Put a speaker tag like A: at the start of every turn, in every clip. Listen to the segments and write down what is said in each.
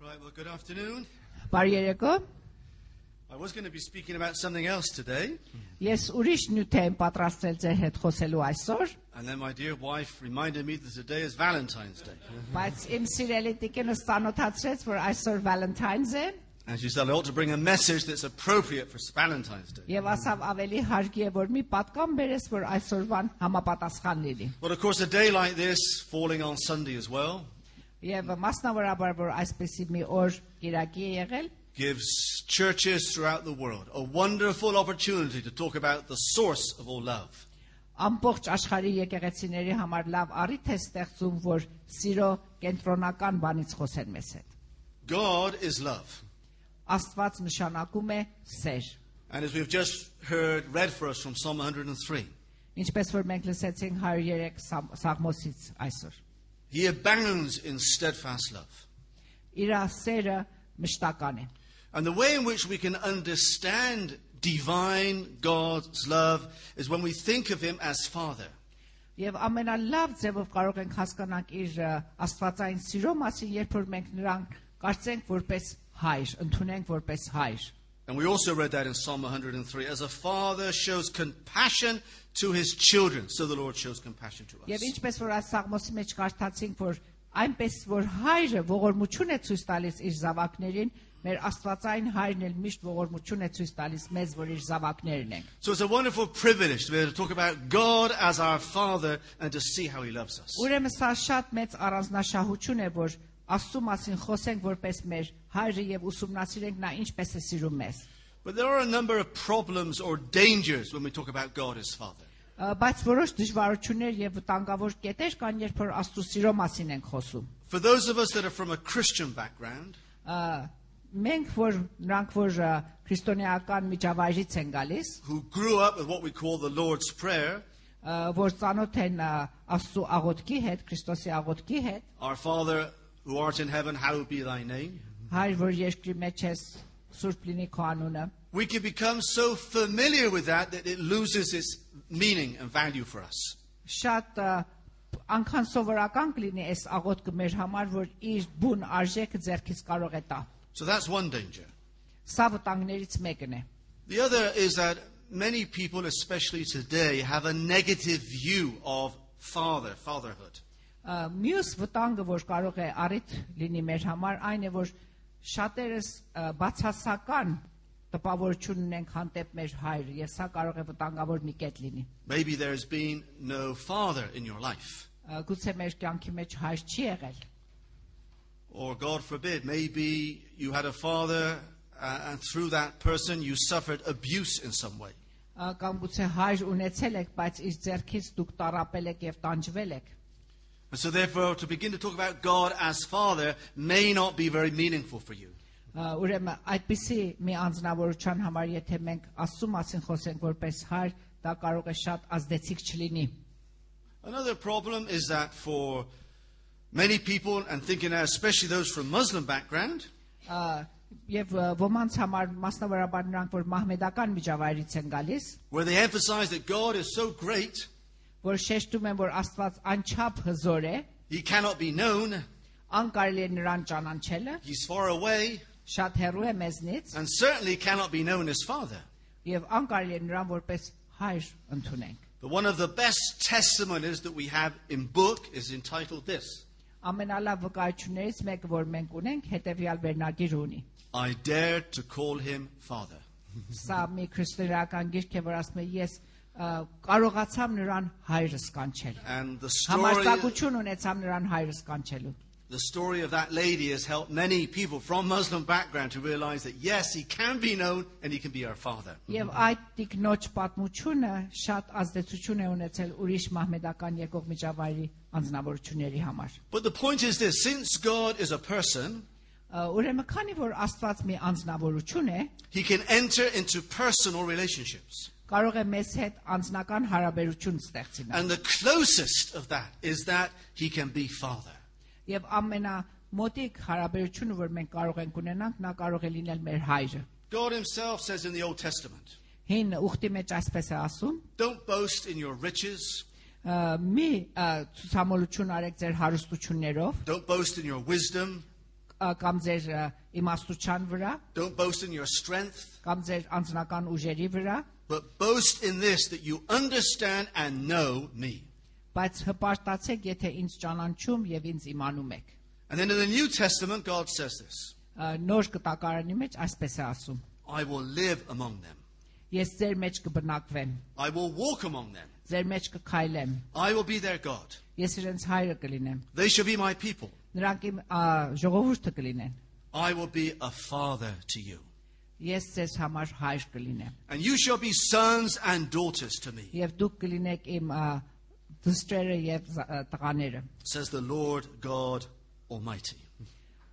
A: right, well, good afternoon.
B: Բարի երեկո։
A: I was going to be speaking about something else today,
B: Ես ուրիշ նյութ եմ պատրաստել ձեր հետ խոսելու այսօր,
A: and then my dear wife reminded me that today is Valentine's Day.
B: բայց իմ սիրելի տիկինս ցանոթացրեց, որ այսօր Valentine's է,
A: And she said I ought to bring a message that's appropriate for Valentine's Day.
B: եւ ասավ ավելի հարգի է, որ մի պատկան բերես, որ այսօրվան համապատասխան լինի։
A: Well, of course, a day like this, falling on Sunday as well,
B: Եվ մասնավորաբար որ այսպեսի մի օր Իրաքի է եղել,
A: gives churches throughout the world a wonderful opportunity to talk about the source of all love.
B: ամբողջ աշխարհի եկեղեցիների համար լավ առիթ է ստեղծում, որ սիրո կենտրոնական բանից խոսեն մեզ հետ։
A: God is love.
B: Աստված նշանակում է սեր։
A: And as we've just heard read for us from Psalm 103,
B: Ինչպես որ մենք լսեցինք 103 սամ- Սաղմոսից այսօր։
A: He abounds in steadfast love.
B: Իր սերը մշտական է։
A: And the way in which we can understand divine God's love is when we think of Him as Father.
B: Եվ ամենալավ ձևով կարող ենք հասկանալ իր ը, աստվածային սիրո մասին, երբ որ մենք նրան կարծենք որպես հայր, ընդունենք որպես հայր։
A: And we also read that in Psalm 103 as a father shows compassion to his children, so the Lord shows compassion to us.
B: Եվ ինչպես որ այս Սաղմոսի մեջ կարդացինք, որ այնպես որ հայրը ողորմություն է ցույց տալիս իր զավակներին, մեր աստվածային հայրն էլ միշտ ողորմություն է ցույց տալիս մեզ, որ իր զավակներն ենք։
A: So it's a wonderful privilege to be able to talk about God as our father and to see how he loves us.
B: Ուրեմն սա շատ մեծ առանձնահատկություն է, որ Աստծո մասին խոսենք որպես մեր հայրը եւ ուսումնասիրենք նա ինչպես է սիրում մեզ։
A: But there are a number of problems or dangers when we talk about God as father.
B: Ա, Բայց որոշ դժվարություններ եւ վտանգավոր կետեր կան, երբ որ Աստծո սիրո մասին ենք խոսում։
A: For those of us that are from a Christian background,
B: Ա, Մենք որ նրանք որ ա, քրիստոնեական միջավայրից են գալիս,
A: who grew up with what we call the Lord's Prayer,
B: ա, որ ծանոթ են ա, Աստծո աղոթքի հետ, Քրիստոսի աղոթքի հետ,
A: Our Father who art in heaven, hallowed be thy name.
B: հայր որ երկրի մեջ ես, Սուրբ լինի քո անունը,
A: We can become so familiar with that that it loses its meaning and value for us.
B: շատ ա, անգամ սովորական կլինի այս աղոթքը մեր համար, որ իր բուն արժեքը ձերքից կարող է տա։
A: So that's one danger.
B: Սա վտանգներից մեկն է։
A: The other is that many people, especially today, have a negative view of father, fatherhood.
B: Ա, Մյուս վտանգը, որ կարող է առիթ լինի մեր համար, այն է, որ շատերս ա, բացասական տպավորություն ունենք հանդեպ մեր հայր, եւ սա կարող է վտանգավոր մի կետ լինի։
A: Maybe there's been no father in your life.
B: Ա, Գուցե մեր կյանքի մեջ հայր չի եղել,
A: Or, God forbid, maybe you had a father uh, and through that person you suffered abuse in some way.
B: ա, կամ գուցե հայր ունեցել եք, բայց իր ձեռքից դուք տարապել եք եւ տանջվել եք։
A: And so, therefore, to begin to talk about God as Father may not be very meaningful for you.
B: Ա, Ուրեմն այդպիսի մի անձնավորության համար եթե մենք Աստծո մասին խոսենք որպես հայր, դա կարող է շատ ազդեցիկ չլինի։
A: Another problem is that for many people, and thinking now, especially those from Muslim background,
B: Ա, Եվ ա, ոմանց համար մասնավորաբար նրանք, որ մահմեդական միջավայրից են գալիս,
A: where they emphasize that God is so great,
B: որ շեշտում են, որ Աստված անչափ հզոր է,
A: he cannot be known,
B: անկարելի է նրան ճանաչելը,
A: he's far away,
B: շատ հեռու է մեզնից
A: and certainly cannot be known as Father.
B: եւ անկարելի է նրան որպես հայր ընդունենք։
A: But one of the best testimonies that we have in book is entitled this
B: Ամենալավ վկայություններից մեկը, որ մենք ունենք, հետեւյալ վերնագիր ունի։
A: I dare to call him Father.
B: Սա մի քրիստոնեական գիրք է, որ ասում է ես ա, կարողացամ նրան հայրս կանչել։
A: And the story
B: Համարձակություն ունեցամ նրան հայրս կանչելու։
A: The story of that lady has helped many people from Muslim background to realize that yes, he can be known and he can be our father.
B: Եվ այդ տիկնոջ պատմությունը շատ ազդեցություն է ունեցել ուրիշ մահմեդական եկող միջավայրի անձնավորությունների համար։
A: But the point is this since God is a person,
B: Ա, Ուրեմն քանի որ Աստված մի անձնավորություն է,
A: he can enter into personal relationships.
B: կարող է մեզ հետ անձնական հարաբերություն ստեղծել։
A: And the closest of that is that he can be father.
B: Եվ ամենամոտիկ հարաբերությունը, որ մենք կարող ենք ունենանք, նա կարող է լինել մեր հայրը։
A: God himself says in the Old Testament,
B: Հին ուխտի մեջ այսպես է ասում.
A: Don't boast in your riches,
B: Ա, մի ա, ցուցամոլություն արեք ձեր հարստություններով,
A: don't boast in your wisdom,
B: ա, կամ ձեր ա, իմաստության վրա,
A: Don't boast in your strength,
B: կամ ձեր անձնական ուժերի վրա,
A: but boast in this that you understand and know me.
B: բայց հպարտացեք, եթե ինձ ճանաչում եւ ինձ իմանում եք։
A: And then in the New Testament, God says this
B: Ա, Նոր կտակարանի մեջ այսպես է ասում.
A: I will live among them,
B: Ես ձեր մեջ կբնակվեմ,
A: I will walk among them,
B: ձեր մեջ կքայլեմ,
A: I will be their God.
B: ես իրենց հայրը կլինեմ։
A: They shall be my people.
B: Նրանք իմ ա, ժողովուրդը կլինեն։
A: I will be a father to you.
B: Ես ձեզ համար հայր կլինեմ։
A: And you shall be sons and daughters to me,
B: Եվ դուք կլինեք իմ ա, դուստրերը եւ զ- ա, տղաները։
A: says the Lord God Almighty.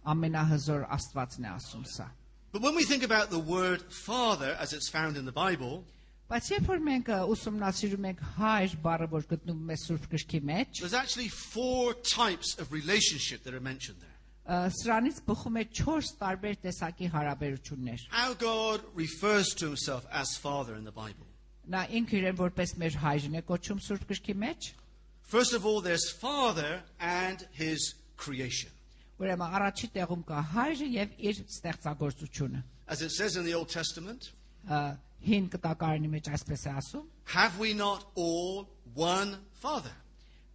B: Ամենահզոր Աստվածն է ասում սա։
A: But when we think about the word father as it's found in the Bible,
B: Բայց երբ որ մենք ա, ուսումնասիրում ենք հայր բառը, որ գտնվում է Սուրբ Գրքի մեջ,
A: there's actually four types of relationship that are mentioned there.
B: ա, սրանից բխում է 4 տարբեր տեսակի հարաբերություններ։
A: How God refers to himself as father in the Bible.
B: Նա ինքը իրեն որպես մեր հայրն է կոչում Սուրբ Գրքի մեջ,
A: First of all, there's father and his creation.
B: ուրեմն առաջի տեղում կա հայրը եւ իր ստեղծագործությունը։
A: As it says in the Old Testament,
B: Ա, Հին կտակարանի մեջ այսպես է ասում.
A: have we not all one father?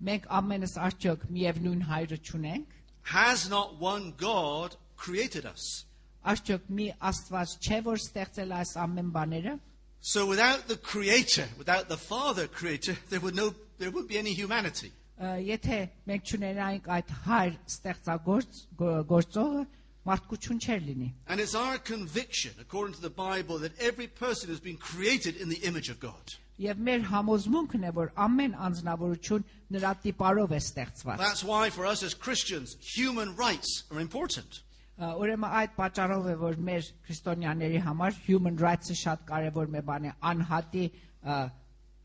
B: Մենք ամենս արդյոք միևնույն հայրը ճունենք,
A: Has not one God created us?
B: արդյոք մի Աստված չէ, որ ստեղծել է այս ամեն բաները։
A: So without the creator, without the father creator, there would no there would be any humanity.
B: Ա, Եթե մենք ճունենայինք այդ հայր ստեղծագործ գո- գործողը, մարդկություն չէր լինի։
A: And it's our conviction, according to the Bible, that every person has been created in the image of God.
B: Եվ մեր համոզմունքն է, որ ամեն անznավորություն նրա տիպարով է ստեղծված։
A: That's why for us as Christians, human rights are important.
B: Ա, Ուրեմն այդ պատճառով է, որ մեր քրիստոնյաների համար human rights-ը շատ կարևոր մի բան է, անհատի ա,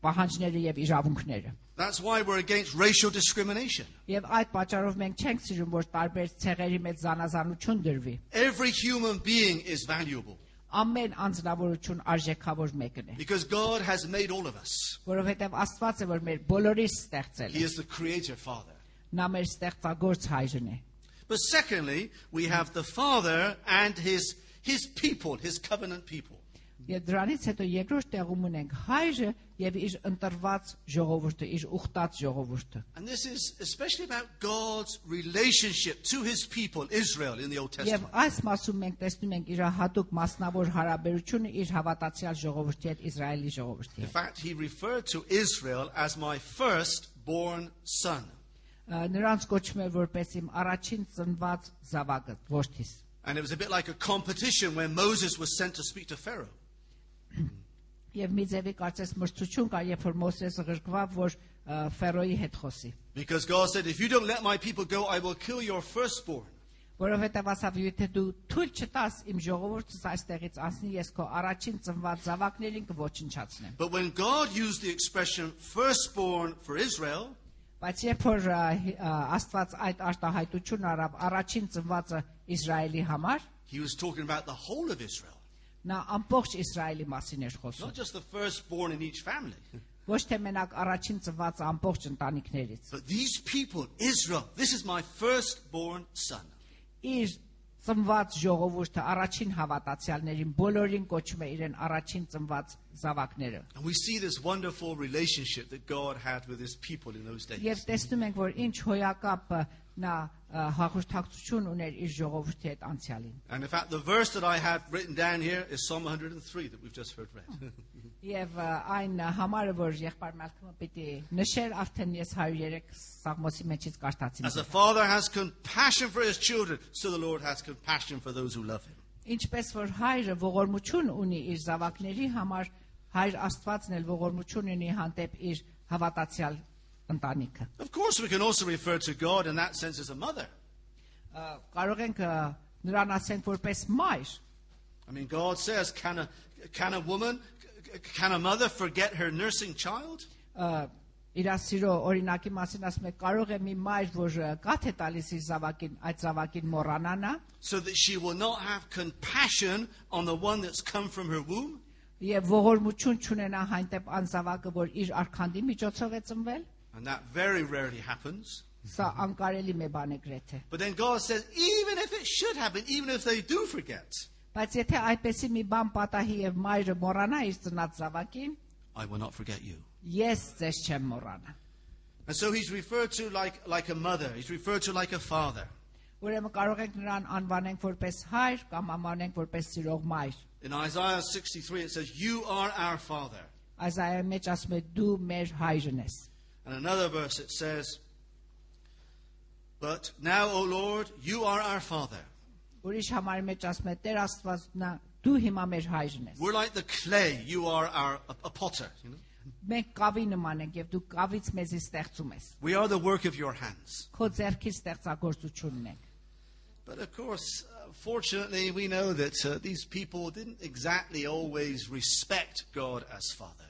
B: պահանջները եւ իրավունքները։
A: That's why we're against racial discrimination.
B: Եվ այդ պատճառով մենք չենք սիրում, որ տարբեր ցեղերի մեջ զանազանություն դրվի։
A: Every human being is valuable
B: Ամեն անznավորություն արժեքավոր մեկն է,
A: because God has made all of us.
B: որովհետեւ Աստված է, որ մեր բոլորիս ստեղծել
A: He
B: է։
A: is the creator father.
B: Նա մեր ստեղծագործ հայրն է։
A: But secondly, we have the father and his his people, his covenant people.
B: Եվ դրանից հետո երկրորդ տեղում ունենք հայրը եւ իր ընտրված ժողովուրդը, իր ուխտած ժողովուրդը։
A: And this is especially about God's relationship to his people, Israel, in the Old
B: Եվ
A: Testament.
B: այս մասում մենք տեսնում ենք իր հատուկ մասնավոր հարաբերությունը իր հավատացյալ ժողովրդի հետ, Իսրայելի ժողովրդի
A: In
B: հետ։
A: fact, he referred to Israel as my firstborn son.
B: Ա, Նրանց կոչում է որպես իմ առաջին ծնված զավակը, որդիս։
A: And it was a bit like a competition when Moses was sent to speak to Pharaoh.
B: Եվ մի ձևի կարծես մրցություն կա, երբ որ Մոսեսը ղրկվավ, որ ա, Ֆերոյի հետ խոսի,
A: Because God said, If you don't let my people go, I will kill your firstborn.
B: որովհետև ասավ, եթե դու թույլ չտաս իմ ժողովուրդս այստեղից անցնի, ես քո առաջին ծնված զավակներին կոչնչացնեմ։
A: But when God used the expression firstborn for Israel,
B: Բայց երբ որ ա, հի- ա, Աստված այդ արտահայտությունն արավ առաջին ծնվածը Իսրայելի համար,
A: he was talking about the whole of Israel,
B: Նա ամբողջ Իսրայելի մասին էր խոսում։
A: not just the firstborn in each family.
B: Ոչ թե մենակ առաջին ծնված ամբողջ ընտանիքներից։
A: But these people, Israel, this is my firstborn son.
B: Իր ծնված ժողովուրդը առաջին հավատացյալներին բոլորին կոչում է իրեն առաջին ծնված զավակները։
A: And we see this wonderful relationship that God had with his people in those days.
B: Եվ տեսնում ենք, որ ինչ հոյակապը նա ա, հաղորդակցություն ուներ իր ժողովրդի հետ անցյալին։
A: And in fact, the verse that I have written down here is Psalm 103 that we've just heard read.
B: Եվ ա, այն համարը, որ եղբայր Մալքումը պիտի նշեր, արդեն ես 103 սաղմոսի մեջից կարդացի։
A: As the Father has compassion for his children, so the Lord has compassion for those who love him.
B: Ինչպես որ հայրը ողորմություն ունի իր զավակների համար, հայր Աստվածն էլ ողորմություն ունի հանդեպ իր հավատացյալ ընտանիքը։
A: Of course, we can also refer to God in that sense as a mother.
B: Ա, Կարող ենք ա, նրան ասենք որպես մայր։
A: I mean, God says, can a, can a woman, can a mother forget her nursing child?
B: ա, Իր սիրո օրինակի մասին ասում եք, կարող է մի մայր, որ ա, կաթ է տալիս իր զավակին, այդ զավակին մոռանանա,
A: So that she will not have compassion on the one that's come from her womb?
B: եւ ողորմություն չունենա հանդեպ անզավակը, որ իր արքանդի միջոցով է ծնվել։
A: And that very rarely happens.
B: Սա անկարելի մի բան է գրեթե։
A: But then God says, even if it should happen, even if they do forget,
B: Բայց եթե այդպեսի մի բան պատահի եւ մայրը մոռանա իր ծնած զավակին,
A: I will not forget you.
B: ես ձեզ չեմ մոռանա։
A: And so he's referred to like, like a mother, he's referred to like a father.
B: Ուրեմն կարող ենք նրան անվանենք որպես հայր կամ անվանենք որպես սիրող մայր։
A: In Isaiah 63, it says, You are our father.
B: Այսայայի մեջ ասում է դու մեր հայրն ես։
A: And another verse, it says, But now, O Lord, you are our father.
B: Ուրիշ համարի մեջ ասում է Տեր Աստված նա դու հիմա մեր հայրն ես։
A: We're like the clay, you are our, a, a potter. You know?
B: Մենք կավի նման ենք եւ դու կավից մեզի ստեղծում ես։
A: We are the work of your hands.
B: Քո ձեռքի ստեղծագործությունն ենք։
A: But of course, uh, fortunately, we know that uh, these people didn't exactly always respect God as Father.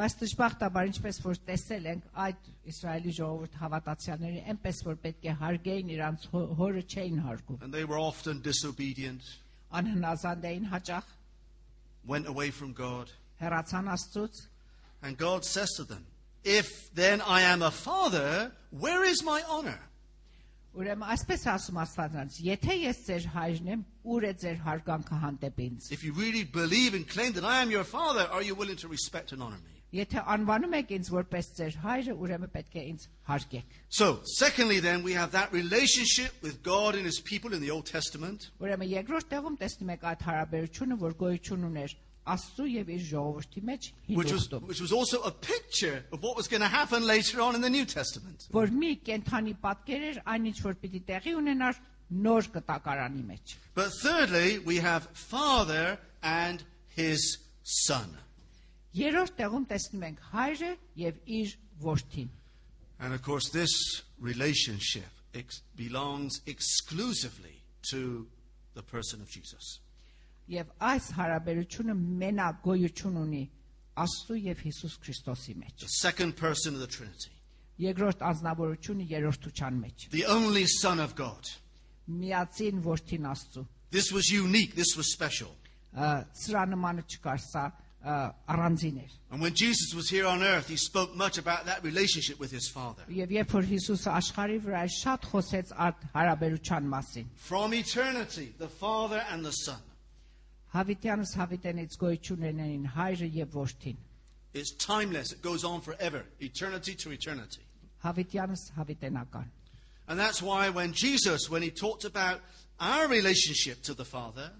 B: Բայց դժբախտաբար ինչպես որ տեսել ենք այդ Իսրայելի ժողովուրդ հավատացյալների այնպես որ պետք է հարգեին իրանց հո- հորը չէին հարգում։
A: And they were often disobedient,
B: Անհնազանդ էին հաճախ
A: went away from God.
B: հերացան Աստծուց
A: And God says to them, If then I am a father, where is my honor?
B: Ուրեմն այսպես ասում Աստվածանց. Եթե ես ձեր հայրն եմ, ուր է ձեր հարգանքը հանդեպ ինձ։
A: If you really believe and claim that I am your father, are you willing to respect and honor me?
B: Եթե անվանում եք ինձ որպես ձեր հայրը, ուրեմն պետք է ինձ հարգեք։
A: So, secondly, then, we have that relationship with God and his people in the Old Testament.
B: Ուրեմն երկրորդ տեղում տեսնում եք այդ հարաբերությունը, որ գոյություն ուներ Աստծո եւ իր ժողովրդի մեջ
A: Which was,
B: հիդոստում,
A: which was also a picture of what was going to happen later on in the New Testament.
B: որ մի կենթանի պատկեր էր այնինչ որ պիտի տեղի ունենար նոր կտակարանի մեջ։
A: But thirdly, we have Father and His Son.
B: Երրորդ տեղում տեսնում ենք հայրը եւ իր որդին։
A: And of course, this relationship ex- belongs exclusively to the person of Jesus.
B: Եվ այս հարաբերությունը մենակ գոյություն ունի Աստծո եւ Հիսուս Քրիստոսի մեջ։
A: The second person of the Trinity,
B: Երկրորդ անznավորությունը երրորդության մեջ։
A: the only Son of God.
B: Միացին որդին Աստծո։
A: This was unique, this was special.
B: Ա, Սրա նմանը չկար, սա ա, առանձին էր։
A: And when Jesus was here on earth, he spoke much about that relationship with his Father.
B: Եվ երբ որ Հիսուսը աշխարհի վրա էր, շատ խոսեց այդ հարաբերության մասին։
A: From eternity, the Father and the Son.
B: Հավիտյանս հավիտենից գոյություն ունենին հայրը եւ որդին։
A: It's timeless, it goes on forever, eternity to eternity.
B: Հավիտյանս հավիտենական։
A: And that's why when Jesus, when he talked about our relationship to the Father,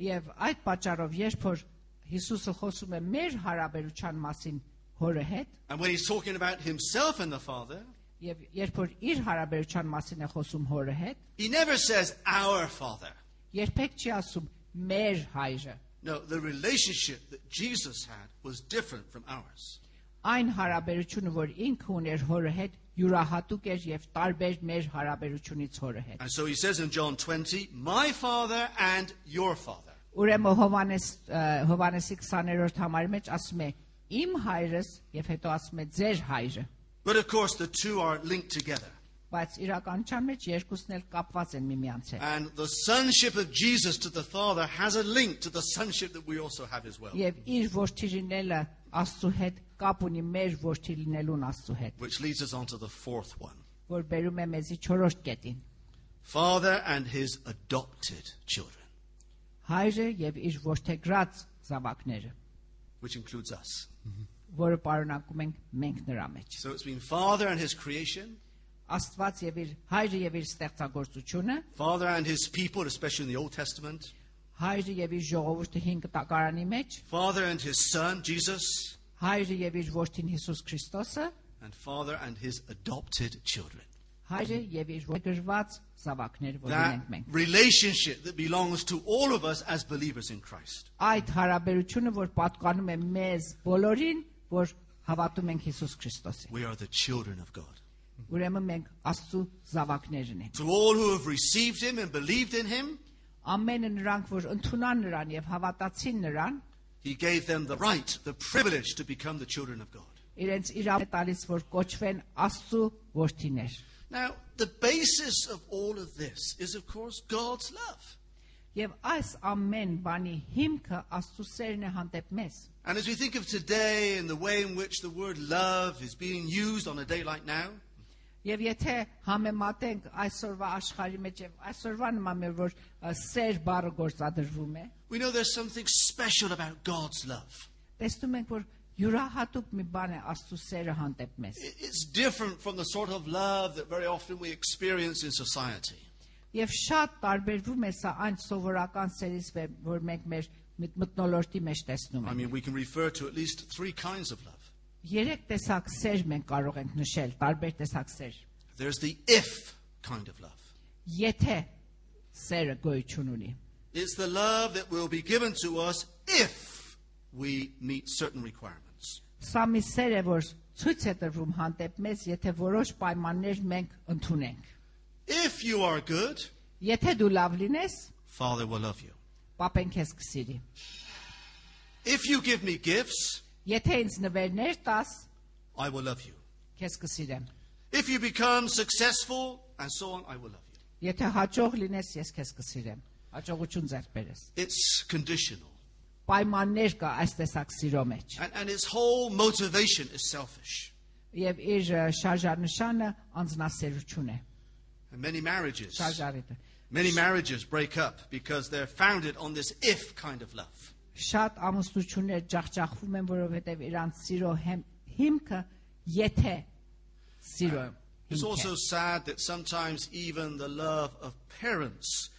B: Եվ այդ պատճառով երբ որ Հիսուսը խոսում է մեր հարաբերության մասին հորը հետ,
A: and when he's talking about himself and the Father,
B: Եվ երբ որ իր հարաբերության մասին է խոսում հորը հետ,
A: he never says our Father.
B: երբեք չի ասում մեր հայրը։
A: No, the relationship that Jesus had was different from ours.
B: Այն հարաբերությունը, որ ինքը ուներ հորը հետ, յուրահատուկ էր եւ տարբեր մեր հարաբերությունից հորը հետ։
A: And so he says in John 20, My Father and your Father.
B: Ուրեմն Հովանես ը, Հովանեսի 20-րդ համարի մեջ ասում է. Իմ հայրս եւ հետո ասում է ձեր հայրը։
A: But of course, the two are linked together.
B: Բայց իրականության մեջ երկուսն էլ կապված են միմյանց հետ։
A: And the sonship of Jesus to the Father has a link to the sonship that we also have as well,
B: Եվ իր որդի լինելը Աստծո հետ կապ ունի մեր որդի լինելուն Աստծո հետ,
A: which leads us on to the fourth one.
B: որ բերում է մեզի 4-րդ կետին։
A: father and his adopted children,
B: հայրը եւ իր որդեգրած զավակները,
A: which includes us.
B: որը պարունակում ենք մենք նրա մեջ։
A: So it's been father and his creation,
B: Աստված եւ իր հայրը եւ իր ստեղծագործությունը,
A: father and his people, especially in the Old Testament,
B: հայրը եւ իր ժողովուրդը հին կտակարանի մեջ,
A: father and his son, Jesus,
B: հայրը եւ իր որդին Հիսուս Քրիստոսը,
A: and father and his adopted children.
B: հայրը եւ իր որդեգրված զավակները, որ
A: That
B: ունենք մենք։
A: relationship that belongs to all of us as believers in Christ.
B: Այդ հարաբերությունը, որ պատկանում է մեզ բոլորին, որ հավատում ենք Հիսուս Քրիստոսին։
A: We are the children of God.
B: Ուրեմն մենք Աստծո զավակներն ենք։
A: To all who have received him and believed in him,
B: Ամենը նրանք, որ ընդունան նրան եւ հավատացին նրան,
A: he gave them the right, the privilege to become the children of God.
B: իրենց իրավ է տալիս որ կոչվեն Աստծո որդիներ։
A: Now, the basis of all of this is, of course, God's love.
B: Եվ այս ամեն բանի հիմքը Աստծո սերն է հանդեպ մեզ։
A: And as we think of today and the way in which the word love is being used on a day like now,
B: Եվ եթե համեմատենք այսօրվա աշխարհի մեջ եւ այսօրվա նման մեր որ ա, սեր բառը գործադրվում է,
A: We know there's something special about God's love.
B: տեսնում ենք որ յուրահատուկ մի բան է Աստծո սերը հանդեպ մեզ։
A: I- It's different from the sort of love that very often we experience in society.
B: Եվ շատ տարբերվում է սա այն սովորական սերից, վեր- որ մենք մեր մտ- մտնոլորտի մեջ տեսնում
A: I
B: ենք։
A: mean, we can refer to at least three kinds of love.
B: Երեք տեսակ սեր մենք կարող ենք նշել, տարբեր տեսակ սեր։
A: There's the if kind of love.
B: Եթե սերը գոյություն ունի,
A: It's the love that will be given to us if we meet certain requirements.
B: սա մի սեր է, որ ցույց է տրվում հանդեպ մեզ, եթե որոշ պայմաններ մենք ընդունենք։
A: If you are good,
B: Եթե դու լավ լինես,
A: Father will love you.
B: պապեն քեզ կսիրի։
A: If you give me gifts,
B: Եթե ինձ նվերներ տաս,
A: I will love you.
B: քեզ կսիրեմ։
A: If you become successful and so on, I will love you.
B: Եթե հաջող լինես, ես քեզ կսիրեմ։ Հաջողություն ձեռք բերես։
A: It's conditional.
B: պայմաններ կա այս տեսակ սիրո մեջ
A: And, and its whole motivation is selfish.
B: եւ իր ը, շարժանշանը անznասերություն է
A: And many marriages,
B: շարժարիտը
A: many marriages break up because they're founded on this if kind of love.
B: շատ ամուսնություններ ջախջախվում են որովհետեւ իրանց սիրո հեմ- հիմքը եթե սիրո
A: It's
B: հիմք
A: also
B: է։
A: sad that sometimes even the love of parents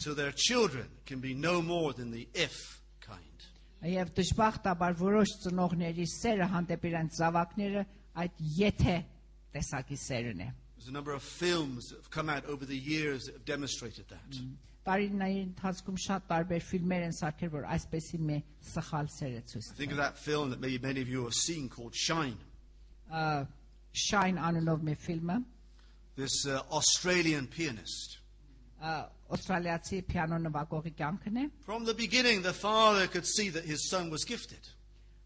A: to their children can be no more than the if kind.
B: եւ դժբախտաբար որոշ ծնողների սերը հանդեպ իրենց զավակները այդ եթե տեսակի սերն է
A: There's a number of films that have come out over the years that have demonstrated that.
B: տարիների ընթացքում շատ տարբեր ֆիլմեր են սարքել որ այսպեսի մի սխալ սեր է ցույց
A: Think of that film that maybe many of you have seen called Shine.
B: Շայն անունով մի ֆիլմը
A: This uh, Australian pianist.
B: Ա, Ավստրալիացի պիանո նվագողի կյանքն է։
A: From the beginning, the father could see that his son was gifted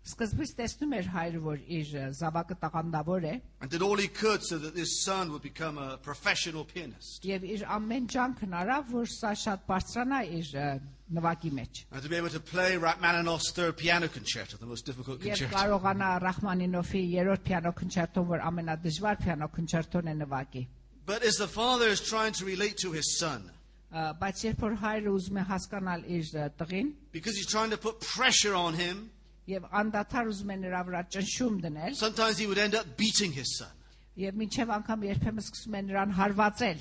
B: Սկզբից տեսնում էր հայրը, որ իր ը, զավակը տաղանդավոր է
A: and did all he could so that his son would become a professional pianist
B: եւ իր ամեն ջանքն արավ, որ սա շատ բարձրանա իր ը, նվագի մեջ։
A: and to be able to play Rachmaninoff's third piano concerto, the most difficult
B: Եվ
A: concerto.
B: կարողանա Ռախմանինովի երրորդ պիանո քնչերտոն, որ ամենադժվար պիանո քնչերտոն է նվագի։
A: But as the father is trying to relate to his son,
B: Ա, Բայց երբ որ հայրը ուզում է հասկանալ իր ը, տղին
A: because he's trying to put pressure on him,
B: եւ անդադար ուզում է նրա վրա ճնշում դնել
A: sometimes he would end up beating his son.
B: եւ մինչեւ անգամ երբեմն սկսում է նրան հարվածել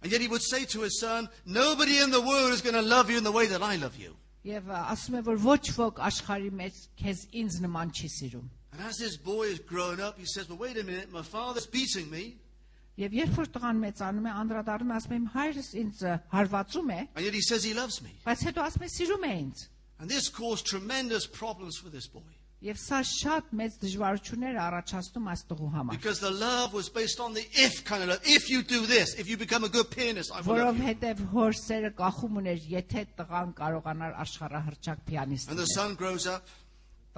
A: And yet he would say to his son, Nobody in the world is going to love you in the way that I love you.
B: Եվ ա, ասում է որ ոչ ոք աշխարհի մեջ քեզ ինձ նման չի սիրում։
A: And as this boy is grown up, he says, Well, wait a minute, my father's beating me,
B: Եվ երբ որ տղան մեծանում է, անդրադառնում է ասում է իմ հայրս ինձ ա, հարվածում է,
A: and yet he says he loves me.
B: բայց հետո ասում է սիրում է ինձ։
A: And this caused tremendous problems for this boy
B: Եվ սա շատ մեծ դժվարություններ է առաջացնում այս տղու համար,
A: because the love was based on the if kind of love. If you do this, if you become a good pianist, I will love you.
B: որովհետև հոր սերը կախում ուներ, եթե տղան կարողանար աշխարհահռչակ պիանիստ
A: And the
B: լինել։
A: son grows up,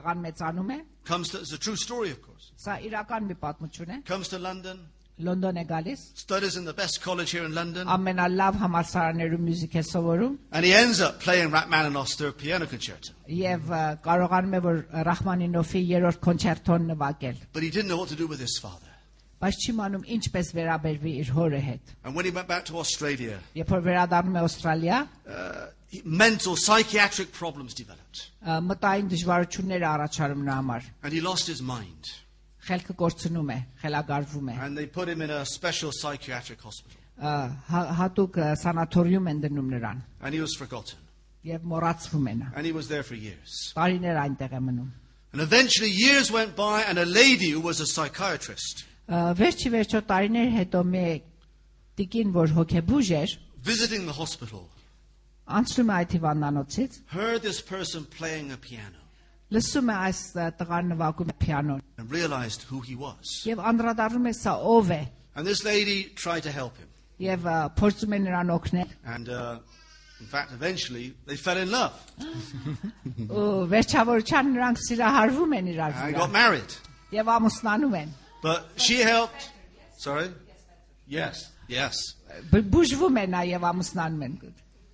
B: Տղան մեծանում է,
A: comes to, it's a true story, of course,
B: սա իրական մի պատմություն է։
A: comes to London,
B: Լոնդոն է գալիս,
A: studies in the best college here in London,
B: Um, ամենալավ համալսարաներում մյուզիկ է սովորում
A: and he ends up playing Rachmaninoff's third piano concerto.
B: եւ ա, կարողանում է որ Ռախմանինովի երրորդ կոնցերտոն նվագել։
A: But he didn't know what to do with his father.
B: բայց չի մանում ինչպես վերաբերվի իր հորը հետ։
A: And when he went back to Australia,
B: Երբ որ վերադառնում է Ավստրալիա,
A: uh, he- mental, psychiatric problems developed,
B: ը, մտային դժվարություններ է առաջանում նա համար։
A: and he lost his mind.
B: Խելքը կորցնում է, խելագարվում է։
A: And they put him in a special psychiatric hospital,
B: ը, հա- Հատուկ ը, սանատորիում են դնում նրան
A: and he was forgotten.
B: եւ մոռացվում է նա։
A: And he was there for years.
B: Տարիներ այնտեղ է մնում։
A: And eventually, years went by, and a lady who was a psychiatrist
B: Ը, Վերջի վերջո տարիներ հետո մի տիկին, որ հոգեբուժ էր,
A: visiting the hospital
B: անցնում է այդ հիվանդանոցից,
A: heard this person playing a piano
B: լսում է այս ը, տղան նվագում պիանոն
A: and realized who he was.
B: եւ անդրադառնում է սա ով է
A: And this lady tried to help him.
B: եւ ը, փորձում է նրան օգնել։
A: And uh, in fact, eventually, they fell in love
B: Ու վերջավորության նրանք սիրահարվում են իրար
A: and
B: վրա
A: got married.
B: եւ ամուսնանում են
A: But she helped. Sorry? Yes, yes.
B: բ- բուժվում են նա եւ ամուսնանում են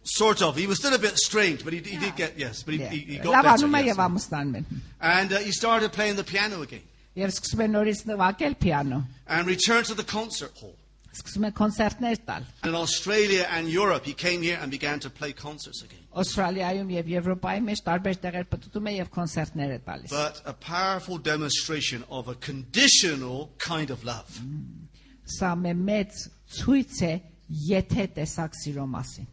A: Sort of. He was still a bit strange, but he, he did get, yes, but he, he, he got better.
B: Դե, լավանում է
A: yes.
B: եւ ամուսնանում են
A: And uh, he started playing the piano again.
B: Եվ սկսում է նորից նվագել պիանո։
A: and returned to the concert hall.
B: Սկսում է կոնցերտներ տալ։
A: And in Australia and Europe, he came here and began to play concerts again.
B: Ավստրալիայում եւ Եվրոպայի մեջ տարբեր տեղեր պտտում է եւ կոնցերտներ է տալիս։
A: But a powerful demonstration of a conditional kind of love.
B: Սա մե մեծ ցույց է եթե տեսակ սիրո մասին։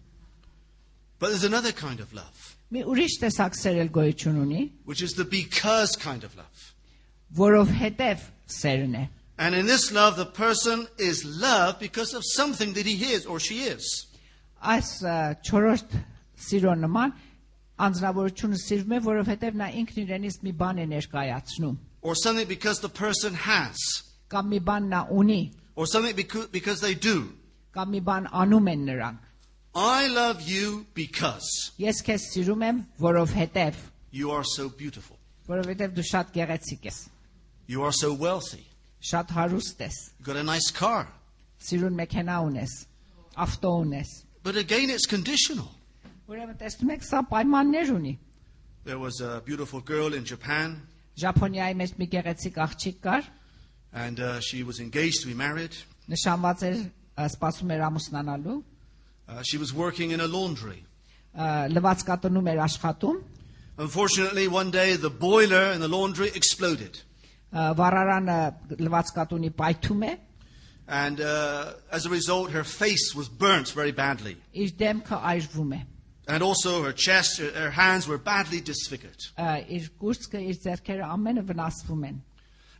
A: But there's another kind of love,
B: Մի ուրիշ տեսակ սերել գոյություն ունի,
A: which is the because kind of love.
B: որովհետև սերն է։
A: And in this love, the person is loved because of something that he is or she is.
B: Այս ա, չորրորդ սիրո նման անձնավորությունը սիրվում է, որովհետև նա ինքն իրենից մի բան է ներկայացնում,
A: Or something because the person has.
B: կամ մի բան նա ունի,
A: Or something becau- because they do.
B: կամ մի բան անում են նրանք։
A: I love you because
B: Ես քեզ սիրում եմ, որովհետև,
A: you are so beautiful.
B: որովհետև դու շատ գեղեցիկ ես,
A: You are so wealthy.
B: շատ հարուստ ես,
A: You've got a nice car.
B: սիրուն մեքենա ունես, ավտո ունես։
A: But again, it's conditional.
B: Ուրեմն տեսնում եք, սա պայմաններ ունի։
A: There was a beautiful girl in Japan,
B: Ճապոնիայի մեջ մի գեղեցիկ աղջիկ կար,
A: and uh, she was engaged to be married.
B: նշանված էր ա, սպասում էր ամուսնանալու,
A: Uh, she was working in a laundry.
B: ա, լվացկատնում էր աշխատում,
A: Unfortunately, one day the boiler in the laundry exploded.
B: ա, վառարանը լվացկատունի պայթում է,
A: And uh, as a result, her face was burnt very badly.
B: իր դեմքը այրվում է,
A: And also her chest, her, her hands were badly disfigured.
B: ա, իր կուրծքը, իր ձեռքերը ամենը վնասվում են։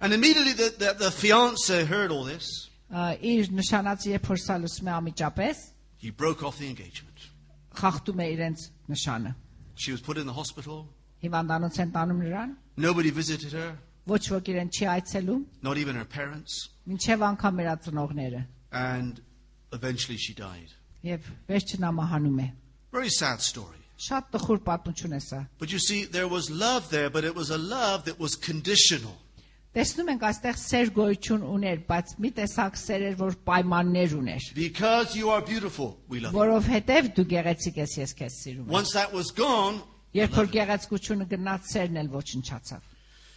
A: And immediately the, the, the fiance heard all this.
B: ա, Իր նշանածի երբ որ սա լսում է ամիջապես,
A: He broke off the engagement.
B: խախտում է իրենց նշանը։
A: She was put in the hospital.
B: Հիվանդանոց են տանում նրան,
A: Nobody visited her,
B: ոչ ոք իրեն չի այցելում,
A: not even her parents.
B: ինչև անգամ իր ծնողները,
A: And eventually she died.
B: եւ վերջն ամահանում է։
A: Very sad story.
B: Շատ տխուր պատմություն է սա։
A: But you see, there was love there, but it was a love that was conditional.
B: Տեսնում ենք այստեղ սեր գոյություն ուներ, բայց մի տեսակ սեր էր, որ պայմաններ ուներ։
A: Because you are beautiful, we love you.
B: Որովհետև դու գեղեցիկ ես, ես քեզ սիրում եմ։
A: Once that was gone,
B: Երբ որ գեղեցկությունը գնաց, սերն էլ ոչնչացավ։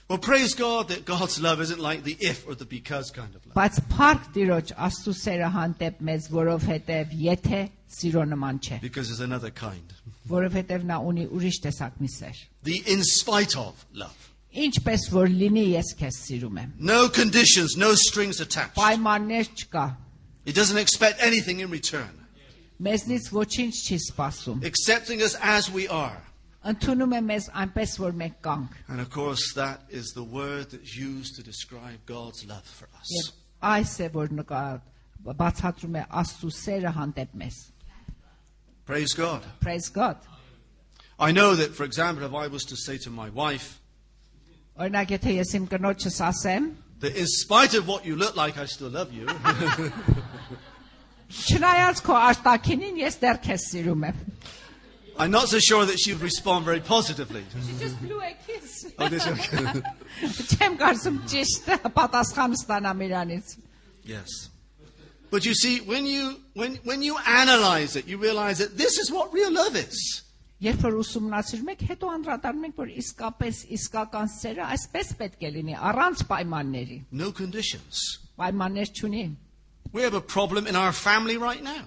A: well, praise God that God's love isn't like the if or the because kind of love.
B: Բայց փառք Տիրոջ, Աստծո սերը հանդեպ մեզ, որովհետև եթե սիրո նման չէ,
A: Because there's another kind.
B: որովհետև նա ունի ուրիշ տեսակ մի սեր։
A: The in spite of love.
B: Ինչպես որ լինի, ես քեզ սիրում եմ։
A: No conditions, no strings attached.
B: Պայմաններ չկա։
A: It doesn't expect anything in return.
B: Մեզնից ոչինչ չի սպասում։
A: Accepting us as we are.
B: Ընդունում է մեզ այնպես, որ մենք կանք։
A: And of course, that is the word that's used to describe God's love for us.
B: Եվ այս է որ նկա- բացատրում է Աստծո սերը հանդեպ մեզ։
A: Praise God.
B: Praise God։
A: I know that, for example, if I was to say to my wife
B: Օրինակ եթե ես իմ կնոջս ասեմ,
A: that in spite of what you look like, I still love you,
B: չնայած քո արտակինին ես դեռ քեզ սիրում եմ։
A: I'm not so sure that she would respond very positively.
B: Just blew a kiss։
A: Oh, this- okay.
B: Չեմ կարծում ճիշտ պատասխան ստանամ իրանից։
A: yes. But you see, when you, when, when you analyze it, you realize that this is what real love is.
B: Երբ որ ուսումնասիրում եք, հետո անդրադառնում եք, որ իսկապես իսկական սերը այսպես պետք է լինի, առանց պայմանների։
A: No conditions.
B: Պայմաններ չունի։
A: We have a problem in our family right now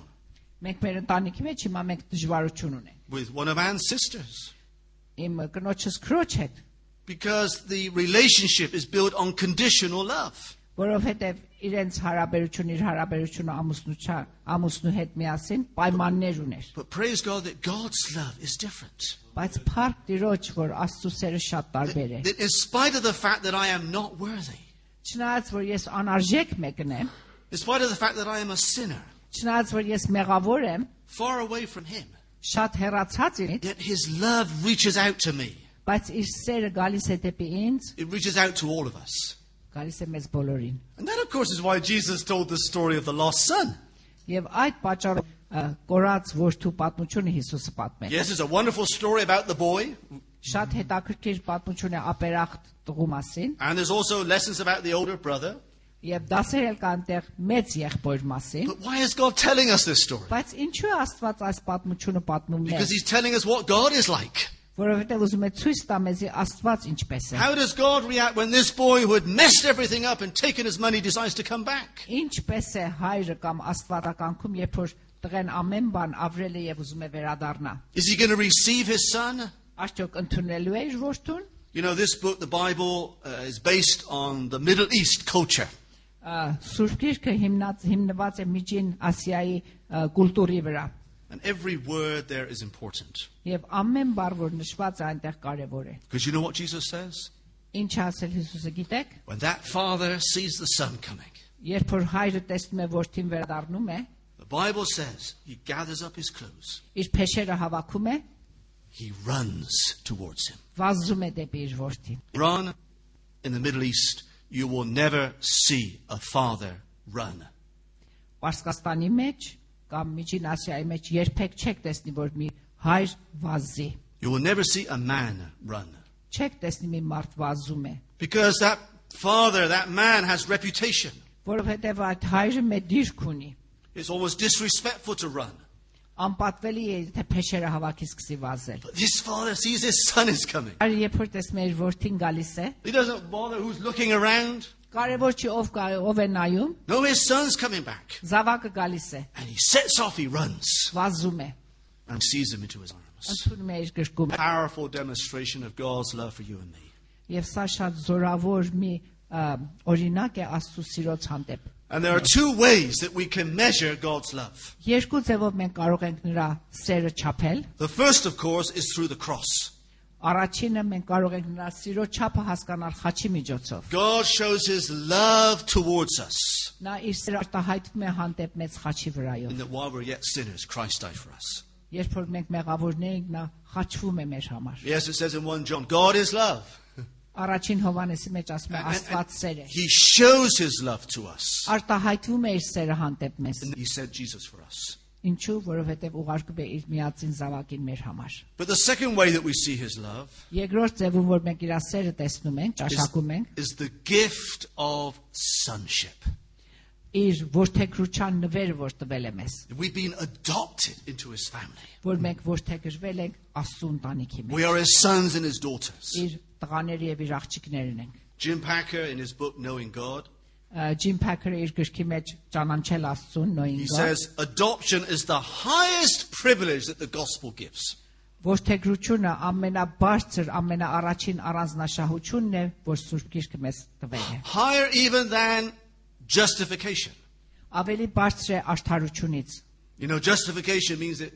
B: Մենք մեր ընտանիքի մեջ հիմա մենք դժվարություն ունենք։
A: with one of Anne's sisters
B: Իմ կնոջս քրոջ հետ
A: because the relationship is built on conditional love.
B: որովհետև իրենց հարաբերություն իր հարաբերությունը ամուսնուչա ամուսնու հետ միասին պայմաններ ուներ
A: But praise God that God's love is different.
B: բայց փառք Տիրոջ որ Աստծո սերը շատ տարբեր է
A: That in spite of the fact that I am not worthy,
B: չնայած որ ես անարժեք մեկն եմ
A: in spite of the fact that I am a sinner,
B: չնայած որ ես մեղավոր եմ
A: far away from Him,
B: շատ հեռացած ինձ
A: yet His love reaches out to me.
B: բայց իր սերը գալիս է դեպի ինձ
A: It reaches out to all of us.
B: գալիս է մեզ բոլորին
A: And that, of course, is why Jesus told the story of the lost son.
B: եւ այդ պատճառով ա, կորած որդու պատմությունը Հիսուսը պատմել
A: Yes, it's a wonderful story about the boy,
B: շատ հետաքրքիր պատմություն է ապերախտ տղու մասին
A: and there's also lessons about the older brother.
B: եւ դասեր էլ կան տեղ մեծ եղբոր մասին
A: But why is God telling us this story?
B: Բայց ինչու է Աստված այս պատմությունը պատմում է,
A: Because He's telling us what God is like.
B: որովհետև ուզում է ցույց տա մեզի Աստված ինչպես է։
A: How does God react when this boy who had messed everything up and taken his money decides to come back?
B: Ինչպես է հայրը կամ Աստվածականքում, երբ որ տղեն ամեն բան ավրել է եւ ուզում է վերադառնա։
A: Is he going to receive his son?
B: Արդյոք ընդունելու է իր որդուն։
A: You know, this book, the Bible, uh, is based on the Middle East culture.
B: Ա, Սուրբ Գիրքը հիմնած հիմնված է Միջին Ասիայի ա, կուլտուրի վրա
A: And every word there is important.
B: եւ ամեն բառ, որ նշված է այնտեղ կարեւոր է։
A: Because you know what Jesus says?
B: Ինչ ասել Հիսուսը գիտեք,
A: When that father sees the son coming,
B: երբ որ հայրը տեսնում է որդին վերադառնում է,
A: the Bible says he gathers up his clothes,
B: իր փեշերը հավաքում է,
A: he runs towards him.
B: վազում է դեպի իր որդին։
A: Run in the Middle East, you will never see a father run.
B: Պարսկաստանի մեջ կամ Միջին Ասիայի մեջ երբեք չեք տեսնի, որ մի հայր վազի։
A: You will never see a man run.
B: Չեք տեսնի մի մարդ վազում է,
A: Because that father, that man has reputation.
B: որովհետև այդ հայրը մեր դիրք ունի։
A: It's almost disrespectful to run.
B: Անպատվելի է, եթե փեշերը հավաքի սկսի վազել։
A: But this father sees his son is coming.
B: Այլ երբ որ տեսնում ես որդին գալիս է,
A: He doesn't bother who's looking around.
B: կարևոր չի ով կա, ով է նայում,
A: No, his son's coming back.
B: զավակը գալիս է,
A: And he sets off, he runs,
B: վազում է,
A: and sees him into his arms.
B: ընդունում է իր գրկում։
A: Powerful demonstration of God's love for you and me.
B: Եվ սա շատ զորավոր մի ա, օրինակ է Աստծո սիրոց հանդեպ։
A: And there are two ways that we can measure God's love.
B: Երկու ձևով մենք կարող ենք նրա սերը չափել։
A: The first, of course, is through the cross.
B: Առաջինը մենք կարող ենք նրա սիրո չափը հասկանալ խաչի միջոցով։
A: God shows his love towards us,
B: Նա իր սերը արտահայտվում է հանդեպ մեծ խաչի
A: in
B: վրայով։
A: that while we're yet sinners, Christ died for us.
B: Երբ որ մենք մեղավորներ ենք, նա խաչվում է մեր համար։
A: Yes, it says in 1 John, God is love.
B: Առաջին Հովանեսի մեջ ասում է Աստված սեր է։
A: He shows his love to us.
B: արտահայտվում է իր սերը հանդեպ մեզ։
A: And he sent Jesus for us.
B: Ինչու? Որովհետև ուղարկում է իր միածին զավակին մեր համար։
A: But the second way that we see his love
B: Երկրորդ ձևում, որ մենք իր սերը տեսնում ենք,
A: is,
B: ճաշակում ենք,
A: is the gift of sonship.
B: իր որդեգրության նվերը, որ տվել է մեզ,
A: We've been adopted into his family.
B: որ մենք որդեգրվել ենք Աստծո ընտանիքի մեջ։
A: We are his sons and his daughters.
B: Իր տղաները եւ իր աղջիկներն ենք։
A: Jim Packer, in his book Knowing God,
B: Ա, Ջիմ Փաքերը իր գրքի մեջ ճանաչել Աստծուն
A: he
B: նոյինգը։
A: says adoption is the highest privilege that the gospel gives.
B: Որդեգրությունը ամենաբարձր, ամենաառաջին առանձնահատկությունն է, որ Սուրբ Գիրքը մեզ տվել է։
A: Higher even than justification.
B: Ավելի բարձր է արդարությունից։
A: You know, justification means that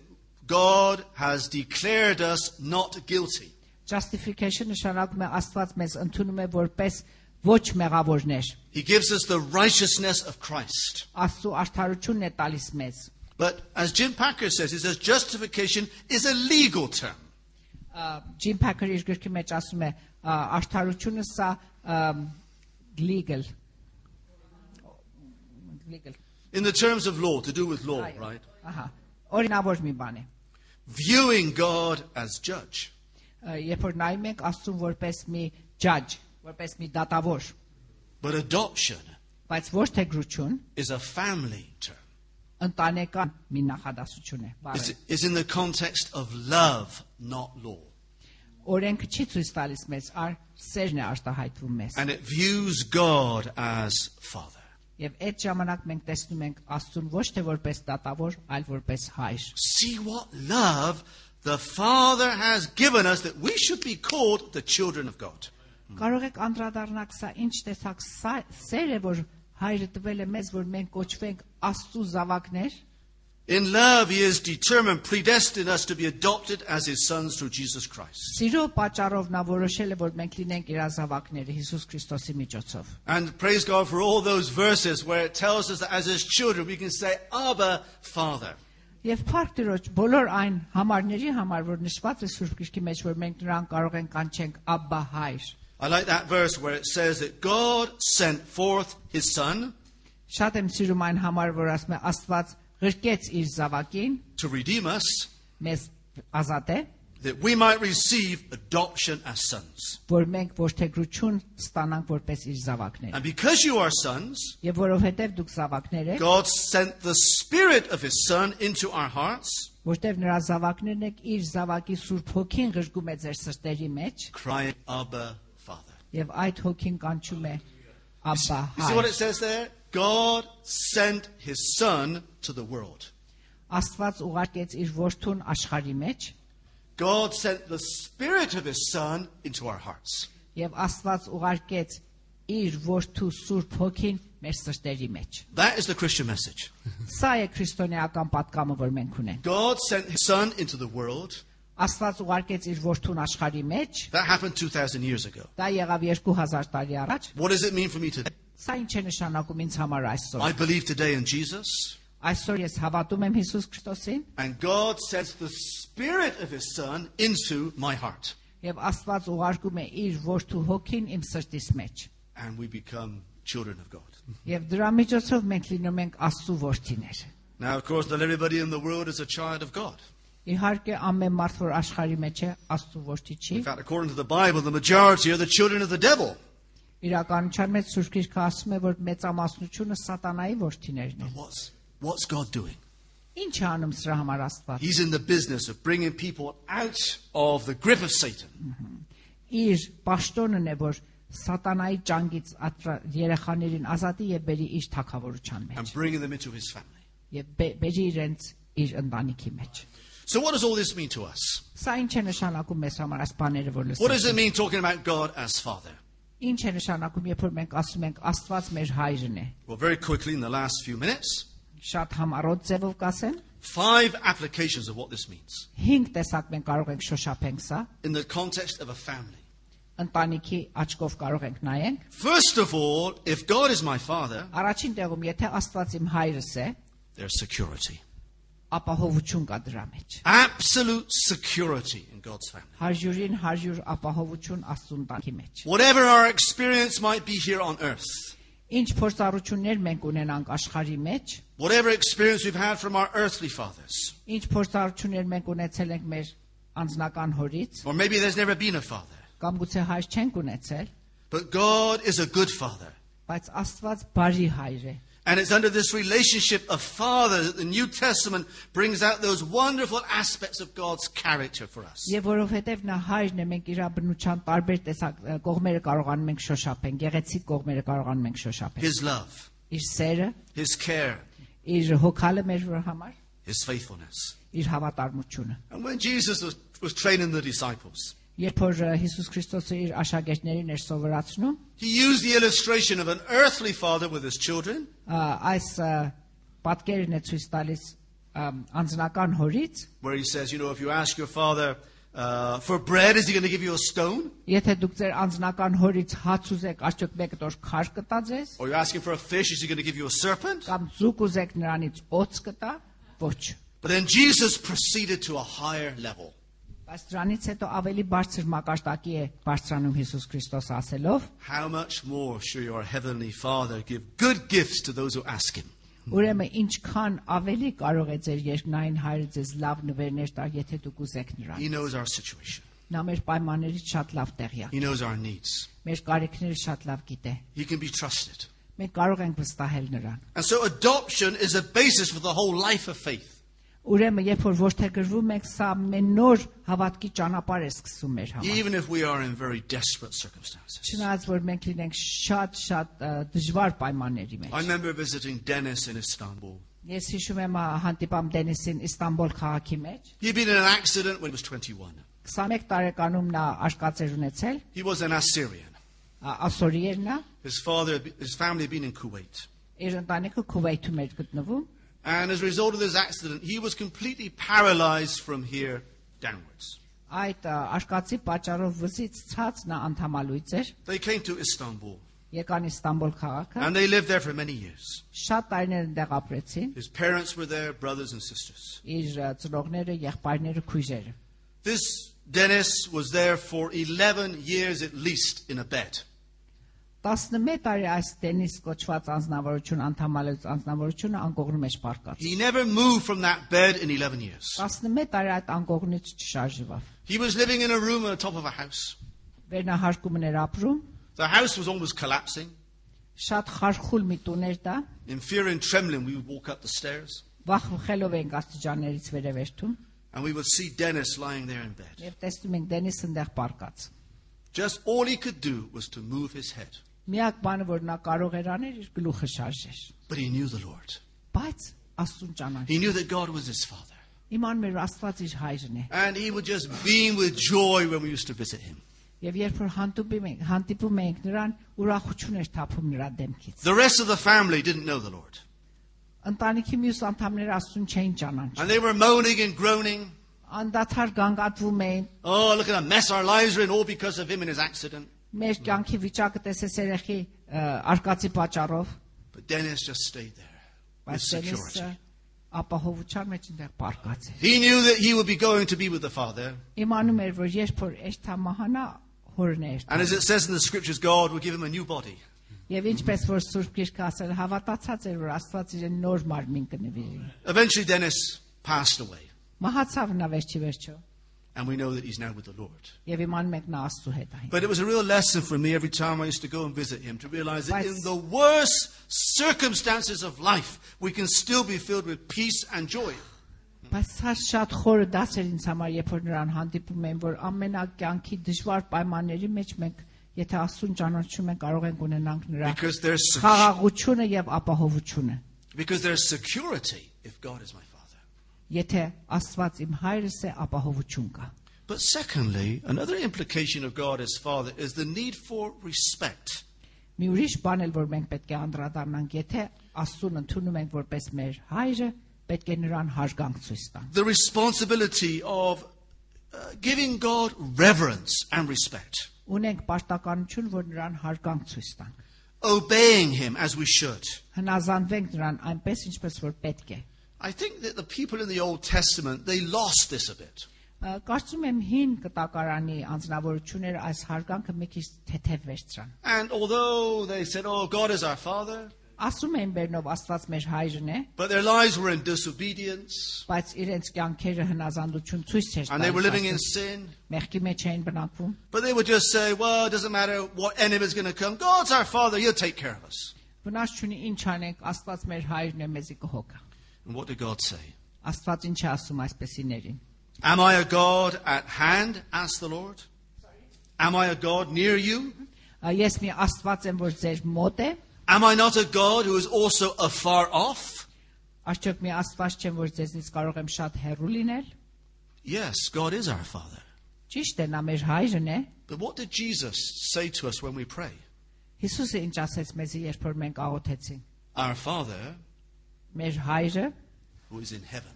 A: God has declared us not guilty.
B: Justification նշանակում է Աստված մեզ ընդունում է որպես ոչ մեղավորներ։
A: He gives us the righteousness of Christ.
B: Աստծո արդարությունն է տալիս մեզ։
A: But as Jim Packer says, he says justification is a legal term.
B: Ա, Jim Packer-ի իր գրքի մեջ ասում է ա, արդարությունը սա ամ, legal legal
A: In the terms of law, to do with law,
B: այո,
A: right?
B: Ահա։ Օրինավոր մի բան է։
A: Viewing God as judge.
B: Ա, Երբ որ նայում ենք Աստծուն որպես մի judge, որպես մի դատավոր,
A: But adoption
B: բայց ոչ թե գրություն,
A: is a family term.
B: ընտանեկան մի նախադասություն է։ բառը։
A: It's, it's in the context of love, not law.
B: Օրենքը չի ցույց տալիս մեզ, այլ սերն է արտահայտվում մեզ։
A: And it views God as Father.
B: Եվ այդ ժամանակ մենք տեսնում ենք Աստծուն ոչ թե որպես տատավոր, այլ որպես հայր։
A: See what love the Father has given us that we should be called the children of God.
B: Կարող եք անդրադառնալ սա ինչ տեսակ սա- սեր է, որ հայրը տվել է մեզ, որ մենք կոչվենք Աստծու զավակներ։
A: In love, He has determined, predestined us to be adopted as His sons through Jesus Christ.
B: Սիրո պատճառով նա որոշել է, որ մենք լինենք իր զավակները Հիսուս Քրիստոսի միջոցով։
A: And praise God for all those verses where it tells us that as His children, we can say, Abba, Father.
B: Եվ փառք Տիրոջ, բոլոր այն համարների համար, որ նշված է Սուրբ Գիրքի մեջ, որ մենք նրան կարող ենք անչենք Աբբա հայր։
A: I like that verse where it says that God sent forth His Son
B: Շատ եմ սիրում այն համար, որ ասում է Աստված ղրկեց իր զավակին,
A: to redeem us
B: մեզ ազատ է
A: that we might receive adoption as sons.
B: որ մենք ոչ թե գրություն ստանանք որպես իր զավակներ։
A: And because you are sons,
B: Եվ որովհետև դուք զավակներ եք,
A: God sent the Spirit of His Son into our hearts,
B: որտեղ նրա զավակներն եք, իր զավակի Սուրբ Հոգին ղժգում է ձեր սրտերի մեջ
A: crying, Abba, Father.
B: եւ այդ հոգին կանչում է Աբա։
A: You see what
B: հայր»։
A: it says there? God sent His Son to the world.
B: Աստված ուղարկեց իր որդուն աշխարի մեջ
A: God sent the Spirit of His Son into our hearts.
B: եւ Աստված ուղարկեց իր որդու Սուրբ Հոգին մեր սրտերի մեջ։
A: That is the Christian message.
B: Սա է քրիստոնեական պատկամը, որ մենք ունենք։
A: God sent His Son into the world.
B: Աստված ուղարկեց իր որդուն աշխարի մեջ,
A: That happened 2,000 years ago.
B: դա եղավ 2000 տարի առաջ։
A: What does it mean for me today?
B: Սա ինչ է նշանակում ինձ համար այսօր։
A: I believe today in Jesus,
B: Այսօր ես հավատում եմ Հիսուս Քրիստոսին
A: and God sends the Spirit of His Son into my heart,
B: եւ Աստված ուղարկում է իր որդու Հոգին իմ սրտիս մեջ։
A: and we become children of God.
B: Եվ դրա միջոցով մենք լինում ենք Աստծո որդիներ։
A: Now, of course, not everybody in the world is a child of God.
B: Իհարկե ամեն մարդ, որ աշխարի մեջ է, Աստծո որդի չի։
A: In fact, according to the Bible, the majority are the children of the devil.
B: Իրականության մեջ Սուրբ Գիրքը ասում է, որ մեծամասնությունը սատանայի որդիներն են։
A: What's, what's God doing?
B: Ինչ է անում սրա համար Աստված։
A: He's in the business of bringing people out of the grip of Satan.
B: Իր պաշտոնն է, որ սատանայի ճանգից ատրա- երեխաներին ազատի եւ բերի իր թակավորության մեջ
A: and bringing them into his family.
B: եւ բե- բերի իրենց իր ընտանիքի մեջ։
A: So, what does all this mean to us?
B: Սա ինչ է նշանակում մեզ համար այս բաները, որ
A: What does
B: լսում։
A: it mean talking about God as Father?
B: Ինչ է նշանակում, երբ որ մենք ասում ենք Աստված մեր հայրն է։
A: Well, very quickly in the last few minutes,
B: Շատ համառոտ ձևով կասեմ,
A: five applications of what this means
B: 5 տեսակ մենք կարող ենք շոշափենք սա,
A: in the context of a family.
B: ընտանիքի աչքով կարող ենք նայենք։
A: First of all, if God is my Father,
B: Առաջին տեղում, եթե Աստված իմ հայրս է,
A: there's security.
B: ապա հովություն կա դրա մեջ։
A: Absolute security in God's family.
B: 100-ին 100 ապահովություն Աստծուն տանքի մեջ։
A: Whatever our experience might be here on earth,
B: Ինչ փորձառություններ մենք ունենանք աշխարի մեջ,
A: whatever experience we've had from our earthly fathers,
B: ինչ փորձառություններ մենք ունեցել ենք մեր անձնական հորից,
A: or maybe there's never been a father,
B: կամ գուցե հայր չենք ունեցել,
A: but God is a good Father.
B: բայց Աստված բարի հայր է։
A: And it's under this relationship of father that the New Testament brings out those wonderful aspects of God's character for us.
B: Եվ որովհետև նա հայրն է, մենք իր բնության տարբեր տեսակ կողմերը կարողանում ենք շոշափենք, գեղեցիկ կողմերը կարողանում ենք շոշափենք։
A: His love,
B: Իր սերը,
A: his care,
B: իր հոգալը մեր վրա համար,
A: his faithfulness.
B: իր հավատարմությունը։
A: And when Jesus was, was training the disciples,
B: Երբ որ ը, Հիսուս Քրիստոսը իր աշակերտներին էր սովորացնում,
A: he used the illustration of an earthly father with his children,
B: ա, այս ա, պատկերն է ցույց տալիս ամ, անձնական հորից,
A: where he says, You know, if you ask your father uh, for bread, is he going to give you a stone?
B: եթե դուք ձեր անձնական հորից հաց ուզեք, արդյոք մեկը դեռ քար կտա ձեզ,
A: Or you ask him for a fish, is he going to give you a serpent?
B: կամ ձուկ ուզեք նրանից օծ կտա, ոչ։
A: But then Jesus proceeded to a higher level.
B: Բայց դրանից հետո ավելի բարձր մակարդակի է բարձրանում Հիսուս Քրիստոս ասելով.
A: How much more shall your heavenly Father give good gifts to those who ask him?
B: Ուրեմն ինչքան ավելի կարող է ձեր երկնային հայրը ձեզ լավ նվերներ տալ, եթե դուք ուզեք նրան։
A: He knows our situation.
B: Նա մեր պայմաններից շատ լավ տեղյա։
A: He knows our needs.
B: Մեր կարիքները շատ լավ գիտե։
A: He can be trusted.
B: Մենք կարող ենք վստահել նրան։
A: And so adoption is a basis for the whole life of faith.
B: Ուրեմն երբ որ ոչ թե գրվում եք, սա մեր նոր հավատքի ճանապարհ է սկսում մեր համար։
A: Even if we are in very desperate circumstances.
B: Չնայած որ մենք լինենք շատ-շատ ա, դժվար պայմանների
A: I
B: մեջ։
A: remember visiting Dennis in Istanbul.
B: Ես հիշում եմ ա, հանդիպամ Դենիսին Իստանբուլ քաղաքի մեջ։
A: He'd been in an accident when he was 21.
B: 21 տարեկանում նա արկածեր ունեցել,
A: He was an Assyrian.
B: ա- ասորի էր նա,
A: His father, his family had been in Kuwait.
B: իր ընտանիքը Քուվեյթում էր գտնվում,
A: And as a result of this accident, he was completely paralyzed from here downwards.
B: այդ ա, արկածի պատճառով վզից ցած նա անթամալույց էր,
A: They came to Istanbul.
B: եկան Իստանբուլ քաղաքը,
A: And they lived there for many years.
B: շատ տարիներ ընդեղ ապրեցին,
A: His parents were there, brothers and sisters.
B: իր ա, ծնողները, եղբայրները, քույրերը։
A: This Dennis was there for 11 years at least in a bed.
B: 11 տարի այս տենիս կոչված անznավորություն անդամալից անznավորությունը անկողնում էր պարկած։
A: He never moved from that bed in 11 years.
B: 11 տարի այդ անկողնից չշարժվավ։
A: He was living in a room on the top of a house.
B: Վերնահարկումն էր ապրում,
A: The house was almost collapsing.
B: շատ խարխուլ մի տուն էր դա։
A: In fear and trembling, we would walk up the stairs
B: Վախվխելով էինք աստիճաններից վերևերթում
A: and we would see Dennis lying there in bed.
B: եւ տեսնում ենք Դենիսը այնտեղ պարկած։
A: Just all he could do was to move his head.
B: Միակ բանը, որ նա կարող էր անել, իր գլուխը շարժեր։
A: But he knew the Lord.
B: Բայց Աստուն ճանաչ։
A: He knew that God was his father.
B: Իմանում էր Աստված իր հայրն է։
A: And he would just beam with joy when we used to visit him.
B: Եվ երբ որ հանդիպում ենք, հանդիպում ենք նրան, ուրախություն էր թափում նրա դեմքից։
A: The rest of the family didn't know the Lord.
B: Ընտանիքի մյուս անդամները Աստուն չէին ճանաչում։
A: And they were moaning and groaning.
B: Անդադար գանգատվում էին։
A: Oh, look at the mess our lives are in, all because of him and his accident.
B: Մեր կյանքի վիճակը տեսես երեխի ը, արկածի պատճառով,
A: But Dennis just stayed there with
B: բայց Դենիսը
A: security.
B: ապահովության մեջ այնտեղ պարկած էր։
A: He knew that he would be going to be with the Father.
B: Իմանում էր, որ երբ որ Էշթա մահանա, հորն է
A: And
B: Էշթա։
A: as it says in the scriptures, God will give him a new body.
B: Եվ ինչպես որ Սուրբ Գիրքը ասել, հավատացած էր, որ Աստված իրեն նոր մարմին կնվիրի։
A: Eventually, Dennis passed away.
B: Մահացավ նա վերջի վերջո։
A: And we know that he's now with the Lord.
B: Եվ իմանում եք նա Աստծո հետ այն։
A: But it was a real lesson for me every time I used to go and visit him to realize that
B: But-
A: in the worst circumstances of life, we can still be filled with peace and joy.
B: Բայց սա շատ խորը դաս էր ինձ համար, երբ որ նրան հանդիպում եմ, որ ամենակյանքի դժվար պայմանների մեջ մենք, եթե Աստուն ճանաչում ենք, կարող ենք ունենանք նրա
A: Because there's, sec-
B: խաղաղությունը եւ ապահովությունը։
A: because there's security if God is my Father.
B: Եթե Աստված իմ հայրս է, ապահովություն կա։
A: But secondly, another implication of God as Father is the need for respect.
B: Մի ուրիշ բան էլ որ մենք պետք է անդրադառնանք, եթե Աստուն ընդունում ենք որպես մեր հայրը, պետք է նրան հարգանք ցույց տանք։
A: the responsibility of uh, giving God reverence and respect,
B: Ունենք պարտականություն, որ նրան հարգանք ցույց տանք։
A: obeying Him as we should.
B: Հնազանդվենք նրան այնպես, ինչպես որ պետք է։
A: I think that the people in the Old Testament they lost this a bit.
B: Ա, Կարծում եմ հին կտակարանի անձնավորությունները այս հարգանքը մի քիչ թեթև վերցրան։
A: And although they said, "Oh, God is our Father,"
B: Ասում են Բերնով Աստված մեր հայրն է,
A: but their lives were in disobedience,
B: բայց իրենց կյանքերը հնազանդություն ցույց չէր
A: and they were living in
B: տալիս։
A: sin.
B: Մեղքի մեջ էին բնակվում։
A: But they would just say, "Well, it doesn't matter what enemy's going to come. God's our Father; He'll take care of us."
B: Վնաս չունի ինչ անենք, Աստված մեր հայրն է, մեզի կհոգա։
A: And what did God say?
B: Աստված ինչ է ասում այսպեսիներին։
A: Am I a God at hand? asked the Lord. Am I a God near you?
B: «Ա, Ես մի Աստված եմ, որ ձեր մոտ է,
A: Am I not a God who is also afar off?
B: արդյոք մի Աստված չեմ, որ ձեզնից կարող եմ շատ հեռու լինել։
A: Yes, God is our Father.
B: Ճիշտ է, նա մեր հայրն է։
A: But what did Jesus say to us when we pray?
B: Հիսուսը ինչ ասեց մեզի, երբ որ մենք աղոթեցինք։
A: Our Father
B: Մեր հայրը,
A: who is in heaven.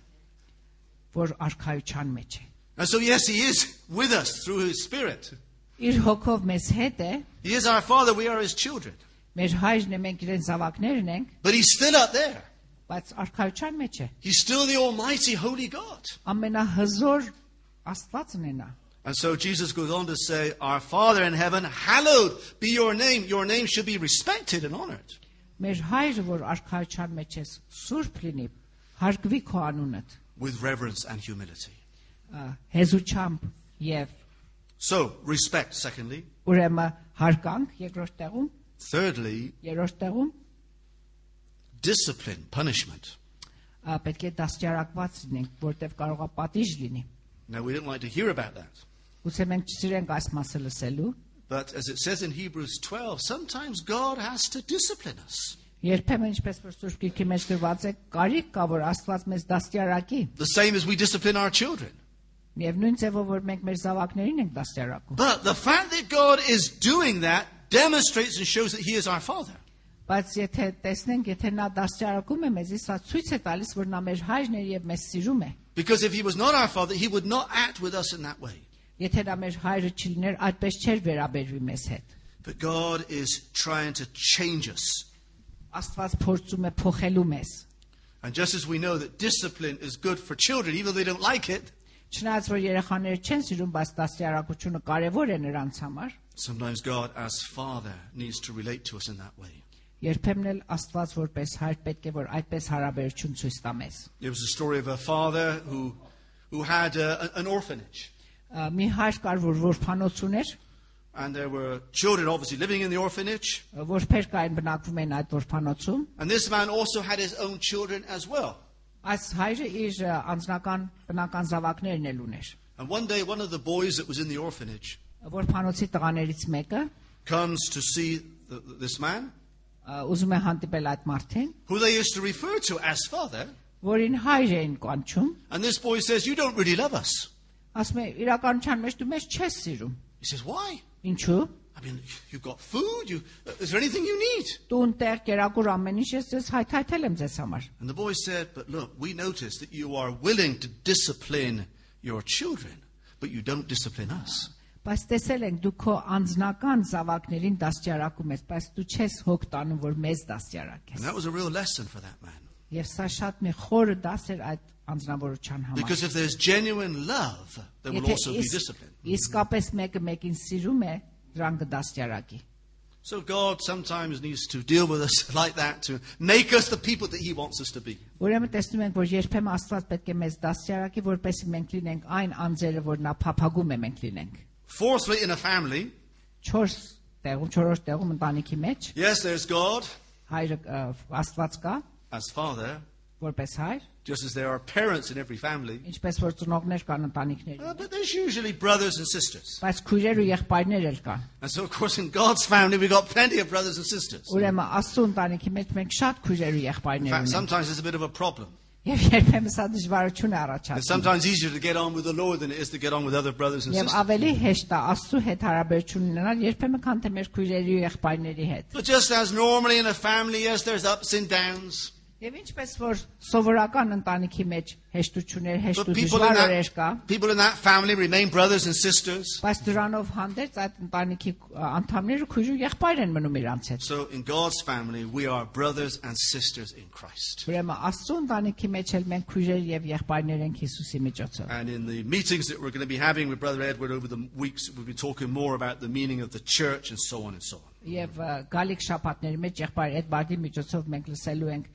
B: որ արքայության մեջ է։
A: And so, yes, He is with us through His Spirit.
B: Իր հոգով մեզ հետ է,
A: He is our Father, we are His children.
B: մեր հայրն է, մենք իրեն զավակներն ենք,
A: But He's still up there.
B: բայց արքայության մեջ է։
A: He's still the Almighty, Holy God.
B: Ամենահզոր Աստվածն է նա։
A: And so Jesus goes on to say, Our Father in heaven, hallowed be your name. Your name should be respected and honored.
B: Մեր հայրը, որ արքայության մեջ է, սուրբ լինի, հարգվի քո անունդ,
A: With reverence and humility.
B: ա, հեզությամբ եւ
A: So, respect, secondly.
B: ուրեմն հարկանք երկրորդ տեղում,
A: Thirdly,
B: երրորդ տեղում
A: discipline, punishment.
B: ա, պետք է դաստիարակված լինենք, որտեվ կարողա պատիժ լինի։
A: Now, we don't like to hear about that.
B: Գուցե մենք չսիրենք այս մասը լսելու։
A: But as it says in Hebrews 12, sometimes God has to discipline us.
B: Երբեմն ինչպես որ Սուրբ Գիրքի մեջ գրված է, կարիք կա որ Աստված մեզ դաստիարակի։
A: The same as we discipline our children.
B: Միևնույն ձևով որ մենք մեր զավակներին ենք դաստիարակում։
A: But the fact that God is doing that demonstrates and shows that He is our Father.
B: Բայց եթե տեսնենք, եթե նա դաստիարակում է մեզ, սա ցույց է տալիս, որ նա մեր հայրն է եւ մեզ սիրում է։
A: Because if He was not our Father, He would not act with us in that way.
B: Եթե նա մեր հայրը չլիներ, այդպես չէր վերաբերվի մեզ հետ։
A: But God is trying to change us.
B: Աստված փորձում է փոխելու մեզ։
A: And just as we know that discipline is good for children, even though they don't like it,
B: Չնայած որ երեխաները չեն սիրում, բայց դաստիարակությունը կարևոր է նրանց համար,
A: Sometimes God, as Father, needs to relate to us in that way.
B: երբեմն էլ Աստված որպես հայր պետք է որ այդպես հարաբերություն ցույց տա մեզ։
A: It was the story of a father who, who had uh, a, an orphanage.
B: Ա, Մի հայր կար, որ որփանոց ուներ,
A: And there were children obviously living in the orphanage.
B: որփեր կային բնակվում են այդ որփանոցում։
A: And this man also had his own children as well.
B: Այս հայրը իր ա, անձնական բնական զավակներն էլ ուներ։
A: And one day, one of the boys that was in the orphanage
B: Որփանոցի տղաներից մեկը
A: comes to see th th- this man,
B: ա, ուզում է հանդիպել այդ մարդին,
A: who they used to refer to as father.
B: որին հայր էին կանչում։
A: And this boy says, You don't really love us.
B: Ասում է, իրականության մեջ դու մեզ չես սիրում։
A: He says, Why?
B: Ինչու՞։
A: I mean, you've got food. You, is there anything you need?
B: Դու ընտեղ կերակուր ամեն ինչ ես ես հայթայթել եմ ձեզ համար։
A: And the boy said, But look, we notice that you are willing to discipline your children, but you don't discipline us.
B: Բայց տեսել ենք դու քո անձնական զավակներին դաստիարակում ես, բայց դու չես հոգ տանում, որ
A: And
B: մեզ դաստիարակես։
A: that was a real lesson for that man.
B: Եվ սա շատ մի խորը դաս էր այդ անձնավորության համար։
A: Because if there's genuine love, there will also be
B: իս-
A: discipline.
B: իսկապես մեկը մեկին սիրում է, դրան կդաստիարակի։
A: So God sometimes needs to deal with us like that to make us the people that He wants us to be.
B: Ուրեմն տեսնում ենք, որ երբեմն Աստված պետք է մեզ դաստիարակի, որպեսզի մենք լինենք այն անձերը, որ նա փափագում է մենք լինենք։
A: Fourthly, in a family,
B: 4 տեղում, 4-րդ տեղում ընտանիքի մեջ
A: yes, there's God
B: հայրը ա, Աստված կա,
A: as Father,
B: որպես հայր,
A: just as there are parents in every family,
B: ինչպես որ ծնողներ կան ընտանիքների
A: uh, but there's usually brothers and sisters.
B: բայց քույրեր ու եղբայրներ էլ կան։
A: And so, of course, in God's family, we've got plenty of brothers and sisters.
B: Ուրեմն Աստծո ընտանիքի մեջ մենք շատ քույրեր ու
A: In
B: եղբայրներ
A: fact,
B: ունենք։
A: sometimes it's a bit of a problem.
B: Եւ երբեմն սա դժվարություն է
A: It's
B: առաջացնում։
A: sometimes easier to get on with the Lord than it is to get on with other brothers and
B: Եվ
A: sisters.
B: ավելի հեշտ է Աստծո հետ հարաբերություն ունենալ երբեմն քան թե մեր քույրերի ու եղբայրների հետ։
A: But just as normally in a family, yes, there's ups and downs.
B: Եվ ինչպես որ սովորական ընտանիքի մեջ հեշտություններ, հեշտ
A: But
B: ու
A: people in,
B: դժվար օրեր կա,
A: that, people in that family remain brothers and sisters.
B: բայց դրանով հանդերձ այդ ընտանիքի ա, անդամները քույր ու եղբայր են մնում իրանց հետ։
A: So in God's family, we are brothers and sisters in Christ.
B: Ուրեմն Աստծո ընտանիքի մեջ էլ մենք քույրեր եւ եղբայրներ ենք Հիսուսի միջոցով։
A: And in the meetings that we're going to be having with Brother Edward over the weeks, we'll be talking more about the meaning of the church and so on and so on.
B: Եվ ը, գալիք շաբաթների մեջ եղբայր այդ բաժի միջոցով մենք լսելու ենք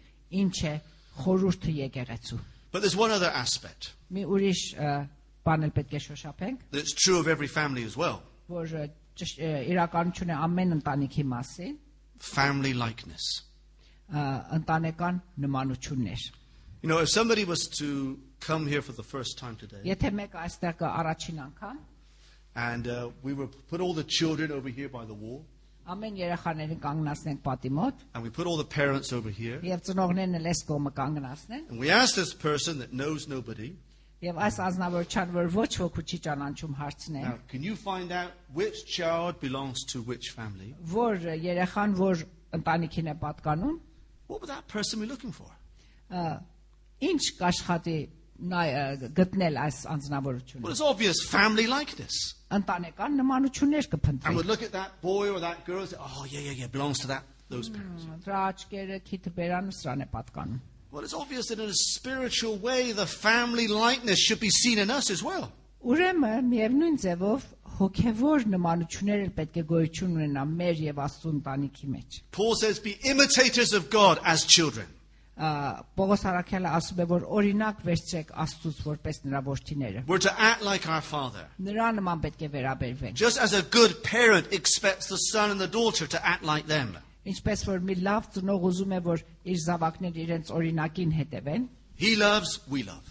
B: ինչ է խորուրդը եկեղեցու։
A: But there's one other aspect
B: Մի ուրիշ ը, բան էլ պետք է շոշափենք,
A: that's true of every family as well
B: որ ը, ճշ- ը, իրականություն է ամեն ընտանիքի մասին,
A: family likeness.
B: ը, ընտանեկան նմանություններ։
A: You know, if somebody was to come here for the first time today
B: Եթե մեկ այստեղ կա առաջին անգամ,
A: and uh, we were put all the children over here by the wall
B: ամեն երեխաներին կանգնացնենք պատի մոտ
A: and we put all the parents over here
B: եւ ծնողներն էլ էս կողմը կանգնացնեն
A: and we asked this person that knows nobody,
B: եւ այս ազնվորչան, որ ոչ ոք չի ճանաչում հարցնենք,
A: now, can you find out which child belongs to which family?
B: որ ը, երեխան որ ընտանիքին է պատկանում,
A: What would that person be looking for?
B: Ա, ինչ կաշխատի նայ ա, գտնել այս անձնավորությունը
A: Well, it's obvious family likeness.
B: ընտանեկան նմանություններ
A: And
B: կփնտրի
A: would look at that boy or that girl and say, oh, yeah, yeah, yeah, belongs to that, those parents.
B: դրա աչքերը քիթը բերանը սրան է պատկանում
A: Well, it's obvious that in a spiritual way, the family likeness should be seen in us as well.
B: ուրեմն միևնույն ձևով հոգևոր նմանություններ էլ պետք է գոյություն ունենան մեր եւ աստծո ընտանիքի մեջ
A: Paul says, be imitators of God as children.
B: Ա, Պողոս Արաքյալը ասում է որ օրինակ վերցրեք աստծուց որպես նրա որդիները
A: We're to act like our father.
B: նրա նման պետք է վերաբերվենք
A: Just as a good parent expects the son and the daughter to act like them,
B: ինչպես որ մի լավ ծնող ուզում է որ իր զավակները իրենց օրինակին հետևեն
A: he loves, we love.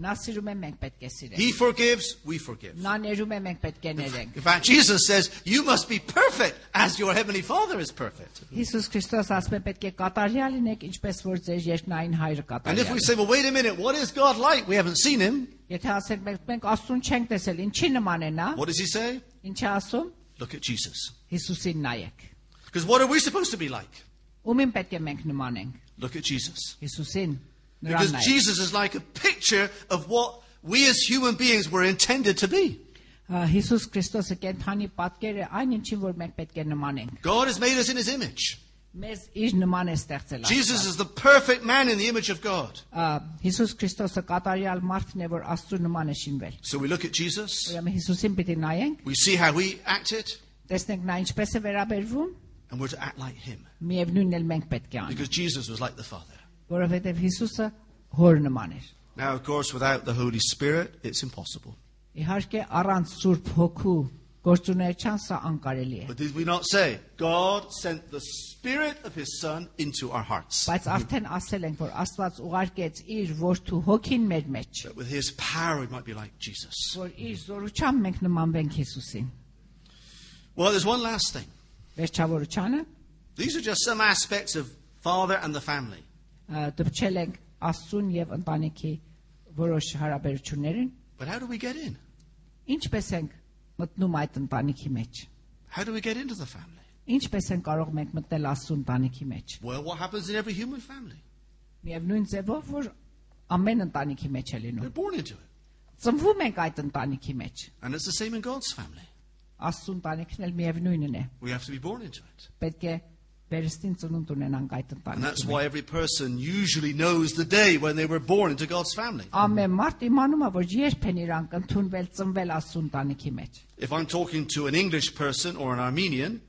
B: նա սիրում է մենք պետք է սիրենք
A: He forgives, we forgive.
B: Նա ներում է մենք պետք է ներենք։
A: In fact, Jesus says, you must be perfect as your heavenly father is perfect.
B: Հիսուս Քրիստոս ասում է պետք է կատարյա լինեք, ինչպես որ ձեր երկնային հայրը
A: And if
B: կատարյա։
A: we
B: է։
A: say, well, wait a minute, what is God like? We haven't seen him.
B: Եթե ասենք մենք, մենք Աստուն չենք տեսել, ինչի նման է նա,
A: What does he say?
B: ինչի ասում
A: Look at Jesus.
B: Հիսուսին նայեք։
A: Because what are we supposed to be like?
B: Ումին պետք է մենք նմանենք։
A: Look at Jesus.
B: Հիսուսին նրան
A: Because
B: նայեք։
A: Jesus is like a picture of what we as human beings were intended to be.
B: Ա, Հիսուս Քրիստոսը կենթանի պատկեր է այն ինչին որ մենք պետք է նմանենք։
A: God has made us in his image.
B: մեզ իր նման է ստեղծել։
A: Jesus is the perfect man in the image of God.
B: Ա, Հիսուս Քրիստոսը կատարյալ մարդն է, որ Աստծո նման է շինվել։
A: So we look at Jesus,
B: Ուրեմն Հիսուսին պիտի նայենք,
A: we see how he acted,
B: տեսնենք նա ինչպես է վերաբերվում,
A: and we're to act like him
B: միևնույնն էլ մենք պետք է անենք,
A: because Jesus was like the Father.
B: որովհետև Հիսուսը հոր նման էր։
A: Now, of course, without the Holy Spirit, it's impossible.
B: Իհարկե առանց Սուրբ Հոգու գործունեության սա անկարելի է։
A: But did we not say, God sent the Spirit of His Son into our hearts?
B: Բայց արդեն ասել ենք, որ Աստված ուղարկեց իր որդու Հոգին մեր մեջ,
A: That with His power, we might be like Jesus.
B: որ իր զորությամբ մենք նմանվենք Հիսուսին։
A: Well, there's one last thing.
B: Վերջավորությանը
A: These are just some aspects of Father and the family.
B: ա, դպչել ենք Աստծուն եւ ընտանիքի որոշ հարաբերություններին,
A: But how do we get in?
B: ինչպես ենք մտնում այդ ընտանիքի մեջ։
A: How do we get into the family?
B: Ինչպես են կարող մենք մտնել Աստծուն ընտանիքի մեջ։
A: Well, what happens in every human family?
B: Միևնույն ձևով, որ ամեն ընտանիքի մեջ է
A: We're
B: լինում։
A: born into it.
B: Ծնվում ենք այդ ընտանիքի մեջ։
A: And it's the same in God's family.
B: Աստծուն ընտանիքն էլ միևնույնն է։
A: We have to be born into it.
B: Պետք է վերստին ծնունդ ունենանք այդ
A: And that's
B: ընտանիքի մեջ։
A: why every person usually knows the day when they were born into God's family.
B: Ամեն մարդ իմանում է, որ երբ են իրանք ընդունվել ծնվել Աստծուն ընտանիքի մեջ։
A: If I'm talking to an English person or an Armenian,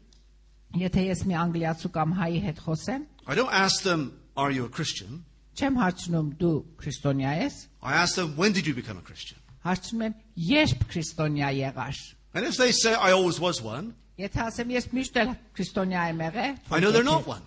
B: Եթե ես մի անգլիացու կամ հայի հետ խոսեմ,
A: I don't ask them, Are you a Christian?
B: չեմ հարցնում դու քրիստոնյա ես,
A: I ask them, When did you become a Christian?
B: հարցնում եմ երբ քրիստոնյա եղար։
A: And if they say, I always was one,
B: Եթե ասեմ ես միշտ էլ քրիստոնյա եմ
A: I know they're
B: եղել,
A: not one.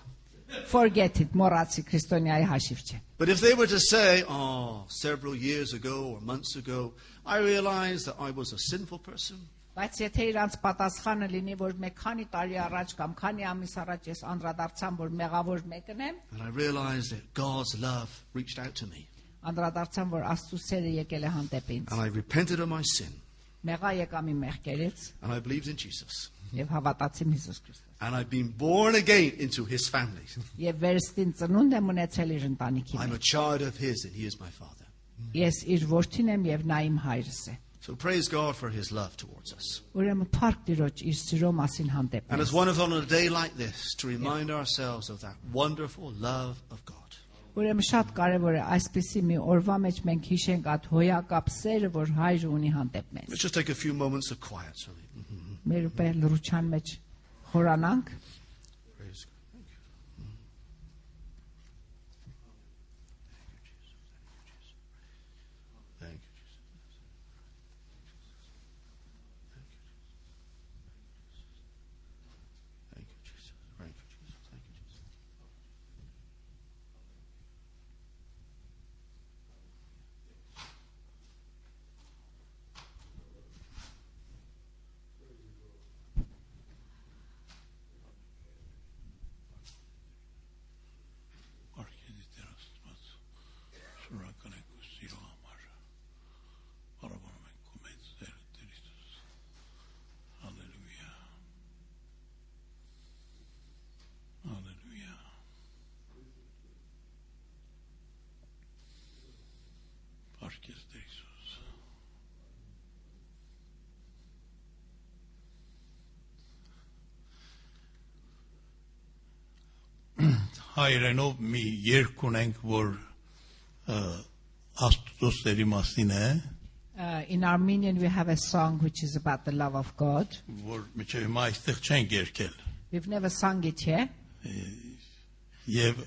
B: forget it, մոռացի քրիստոնյայի հաշիվ չէ։
A: But if they were to say, Oh, several years ago or months ago, I realized that I was a sinful person,
B: Բայց եթե իրանց պատասխանը լինի, որ մեկ քանի տարի առաջ կամ քանի ամիս առաջ ես անդրադարձամ, որ մեղավոր մեկն եմ,
A: and I realized that God's love reached out to me,
B: անդրադարձամ, որ Աստծո սերը եկել է հանդեպ ինձ։
A: and I repented of my sin,
B: Մեղա եկամ իմ մեղքերից
A: and I believed in Jesus,
B: եւ հավատացիմ Հիսուս Քրիստոս։
A: and I've been born again into his family.
B: Եվ վերստին ծնունդ եմ ունեցել իր ընտանիքի
A: I'm
B: մեջ։
A: a child of his, and he is my father.
B: Ես իր որդին եմ եւ նա իմ հայրս է։
A: So praise God for his love towards us.
B: Ուրեմն Փառք Տիրոջ իր սիրո մասին հանդեպ։
A: And it's wonderful on a day like this to remind ourselves of that wonderful love of God.
B: Ուրեմն շատ կարեւոր է այսպիսի մի օրվա մեջ մենք հիշենք այդ հոյակապ սերը, որ հայրը ունի հանդեպ մեզ։
A: Let's just take a few moments of quiet. shall we? Mhm.
B: Մեր ուրեմն լրության մեջ խորանանք։
A: Praise God. Thank you. Mhm. Thank you, Jesus. Thank you, Jesus. Thank you, Jesus. Thank you, Jesus. Thank you, Jesus. Thank you, Jesus.
C: Արքեզի Տեր Աստված, շնորհակալ ենք քո սիրո համար։ Բարաբանում ենք քո մեծ Տեր Տեր Հիսուս։ Հալելույա։ Հալելույա։ Արքեզ Տեր Հիսուս։ հայրենով մի երկ ունենք, որ ը, Աստծո սերի մասին է,
B: Uh, in Armenian, we have a song which is about the love of God.
C: որ մինչև հիմա այստեղ չենք երկել։
B: We've never sung it here,
C: Եվ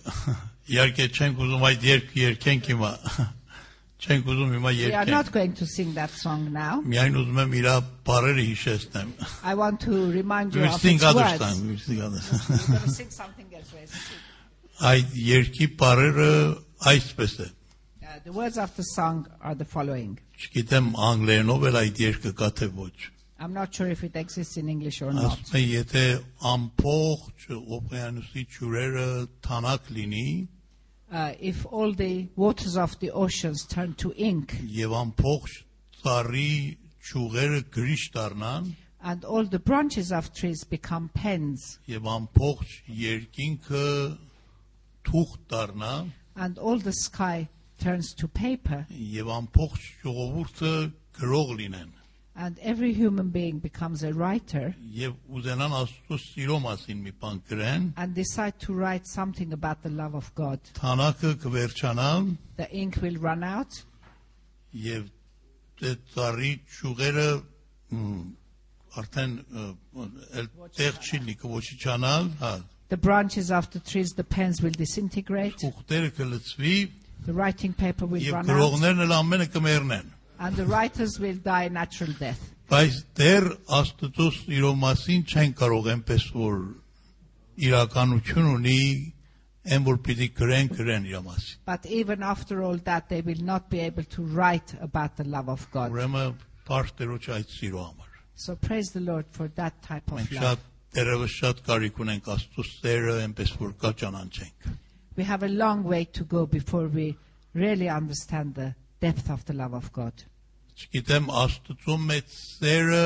C: իհարկե չենք ուզում այդ երկ երկենք հիմա։ Չենք ուզում հիմա
B: we are not
C: երկենք։
B: going to sing that song now.
C: Միայն ուզում եմ իրա բարերը հիշեցնեմ։
B: I want to remind you of
C: Միշտին
B: its
C: գադուստան,
B: words.
C: միշտին
B: We're
C: գադուստան։
B: going to sing something else. let's sing.
C: Այդ երկի բարերը այսպես է։
B: Uh, the words of the song are the following.
C: Չգիտեմ անգլերենով էլ այդ երկը կա թե ոչ։
B: I'm not sure if it exists in English or not.
C: Ասում է, եթե ամբողջ օվկիանոսի ջուրերը տանակ լինի
B: Uh, if all the waters of the oceans turn to ink
C: եւ ամբողջ ծառի ջուղերը գրիշ դառնան
B: and all the branches of trees become pens
C: եւ ամբողջ երկինքը թուղթ դառնա
B: and all the sky turns to paper
C: եւ ամբողջ ժողովուրդը գրող լինեն
B: And every human being becomes a writer
C: եւ ուզենան Աստծո սիրո մասին մի բան գրեն,
B: and decide to write something about the love of God.
C: թանակը կվերջանա
B: The ink will run out
C: եւ դե տարի ճյուղերը մ, արդեն էլ տեղ չի լիքը ոչի չանալ, հա,
B: The branches of the trees, the pens will disintegrate,
C: ուխտերը կլծվի
B: the writing paper will
C: եւ
B: run out,
C: գրողներն էլ ամենը կմեռնեն։
B: and the writers will die a natural death.
C: Բայց դեռ Աստծո սիրո մասին չեն կարող այնպես որ իրականություն ունի, այն որ պիտի գրեն, գրեն իր մասին։
B: But even after all that, they will not be able to write about the love of God.
C: Ուրեմն բարձր Տերոջ այդ սիրո համար։
B: So praise the Lord for that type of
C: Մենք
B: love.
C: շատ դերևս շատ կարիք ունենք Աստծո սերը, այնպես որ կա ճանաչենք։
B: We have a long way to go before we really understand the depth of the love of God.
C: Չգիտեմ Աստծո մեծ սերը